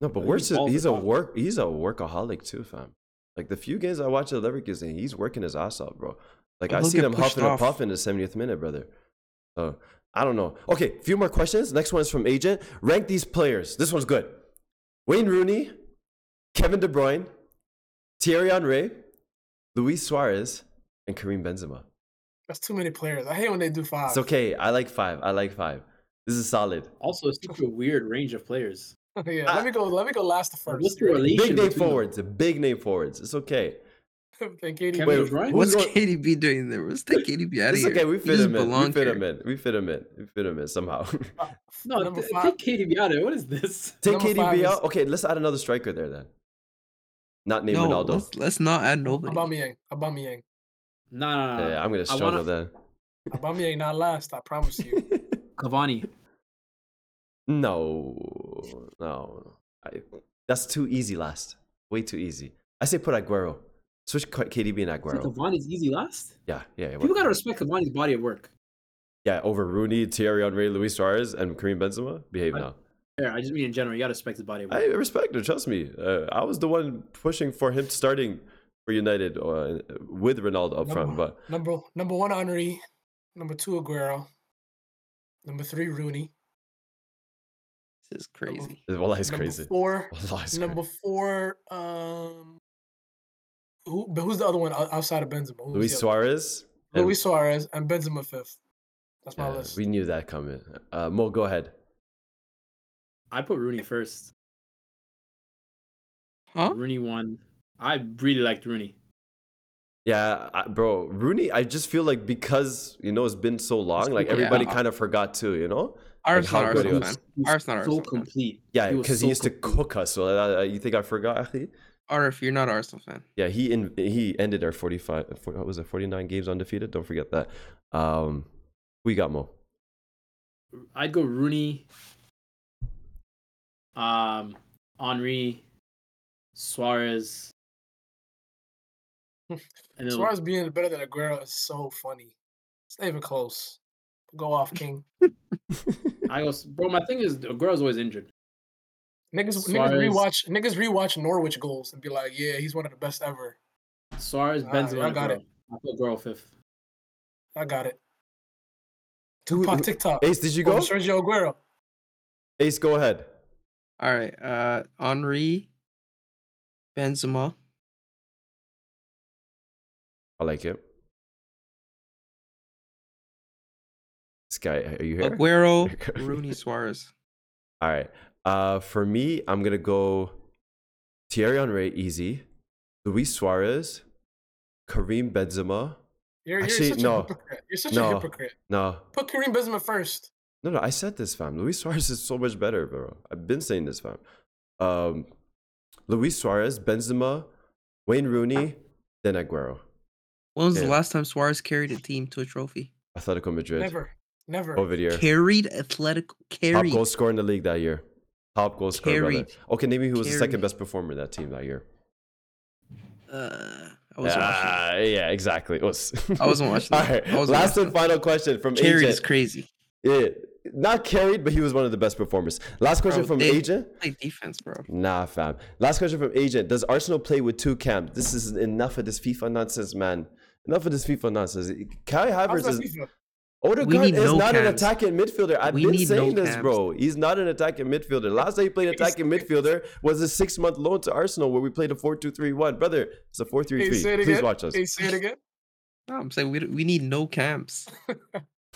no, but
He
Wirtz is
balls
he's
it
a
up.
work he's a workaholic too, fam. Like the few games I watch at Leverkusen, he's working his ass off, bro. Like
But
I
he'll
see
get
him
pushed
huffing and
off.
puffing in the 70th minute, brother. So I don't know. Okay, few more questions. Next one is from Agent. Rank these players. This one's good. Wayne Rooney, Kevin De Bruyne, Thierry Henry, Luis Suarez, and Karim Benzema.
That's too many players. I hate when they do five.
It's okay. I like five. I like five. This is solid.
Also, it's such a weird range of players.
yeah, let me go. Let me go last to first.
What's the relation?
Big name
between them?
forwards. Big name forwards. It's okay.
Thank you.
Kevin
Wait,
De Bruyne?
who's
What's
going-
KDB doing there? What's that KDB out of
It's
here?
okay. We
He
fit
just
him in. We
belongs
fit
here.
him in. We fit him in. We fit him in somehow.
No,
Number
th-
five.
take Katie Biada. What is this?
Take
Number
KDB
five
out. Okay, let's add another striker there then. Not named
No,
Ronaldo.
let's, let's not add nobody.
Aubameyang. Aubameyang.
Nah, nah, nah.
yeah, I'm gonna
I
struggle
wanna-
then.
Aubameyang not last. I promise you.
Cavani.
no, no, I, that's too easy. Last, way too easy. I say put Aguero. Switch K- KDB and
You said
Aguero.
Cavani's easy last.
Yeah, yeah. yeah,
People gotta respect Cavani's body of work.
yeah, over Rooney, Thierry Henry, Luis Suarez, and Karim Benzema. Behave
I-
now.
Fair. I just mean in general, you gotta respect his body of work.
I respect him. Trust me. Uh, I was the one pushing for him starting for United uh, with Ronaldo up front, but
number number one Henri, number two Aguero, number three Rooney,
This is crazy.
well, that's
number
crazy.
four,
Wallahi's
number
crazy.
four. Um, who? But who's the other one o- outside of Benzema? Who's
Luis
the other-
Suarez. and-
Luis Suarez and Benzema fifth. That's my
Yeah,
list.
we knew that coming. Uh, Mo, go ahead.
I put Rooney first.
Huh?
Rooney won. I really liked Rooney.
Yeah, I, bro, Rooney. I just feel like because you know it's been so long, like
yeah.
everybody kind of forgot too. You know,
Arif's
how
not
good he
Arsenal
was.
fan.
He's
Arif's not
so
Arsenal fan.
complete.
yeah,
was
because he
so
used to
complete.
cook us. So uh, you think I forgot? Akhi?
Arif, you're not an Arsenal fan.
Yeah, he in, he ended our forty five. What was it? Forty nine games undefeated. Don't forget that. Um, we got Mo.
I'd go Rooney, um, Henri, Suarez, and then
Suarez being better than Aguero is so funny. It's not even close. Go off, King.
I go, bro. My thing is, Aguero's always injured.
Niggas, niggas
Suarez-
rewatch niggas rewatch Norwich goals and be like, yeah, he's one of the best ever.
Suarez,
Ah,
Benzema,
I
and
got
Aguero.
it.
I put Aguero fifth.
I got it.
Who-
Tupac
who-
TikTok.
Ace, did you
Over
go?
Sergio Aguero.
Ace, go ahead.
All right. Uh, Henri, Benzema,
I like it. This guy, are you here?
Aguero,
Okay.
Rooney, Suarez.
All right. Uh, for me, I'm gonna go Thierry Henry, easy. Luis Suarez, Karim Benzema.
You're, you're
Actually,
such
no.
a hypocrite. You're such
No.
a hypocrite.
No,
Put Karim Benzema first.
no, no. I said this, fam. Luis Suarez is so much better, bro. I've been saying this, fam. Um, Luis Suarez, Benzema, Wayne Rooney, then Aguero,
When was the
Yeah.
last time Suarez carried a team to a trophy?
Atletico Madrid.
Never. Never.
COVID year.
Carried athletic
Top
carried.
goal scorer in the league that year. Top goal scorer. brother.
Carried.
Okay, name me who was the second
Carried.
best performer in that team that year.
Uh, I was watching.
Ah, yeah, exactly. Us.
I wasn't watching
All
that.
right.
I wasn't
Last
watching
and final question from
Carried is
agent.
crazy.
Yeah, not carried, but he was one of the best performers. Last question
Bro,
from
they-
agent.
Play defense, bro.
Nah, fam. Last question from agent. Does Arsenal play with two camps? This is enough of this FIFA nonsense, man. Enough of this FIFA nonsense. Kai
How's
Havertz
that
is
FIFA?
Odegaard
need
is
no
not an
cams.
attacking midfielder. I've
We
been
need no
saying this,
cams.
bro. He's not an attacking midfielder. Last time he played attacking midfielder was a six-month loan to Arsenal, where we played a four-two-three-one. Brother, it's a
Hey,
four-three-three.
say it
Please
again.
watch us.
Hey, say it again.
No, I'm saying we, we need no camps,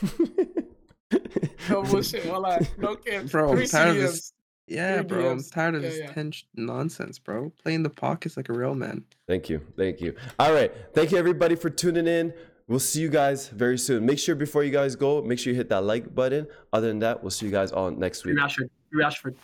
No bullshit. Well, I no care.
bro.
Three
I'm tired of this.
CDMs.
Yeah,
Three
bro. I'm
DMs.
tired of
Yeah,
this
yeah.
tension nonsense, bro. Playing the pockets like a real man.
Thank you. Thank you. All right. Thank you, everybody, for tuning in. We'll see you guys very soon. Make sure before you guys go, make sure you hit that like button. Other than that, we'll see you guys all next
Free
week.
Rashford. Free Rashford.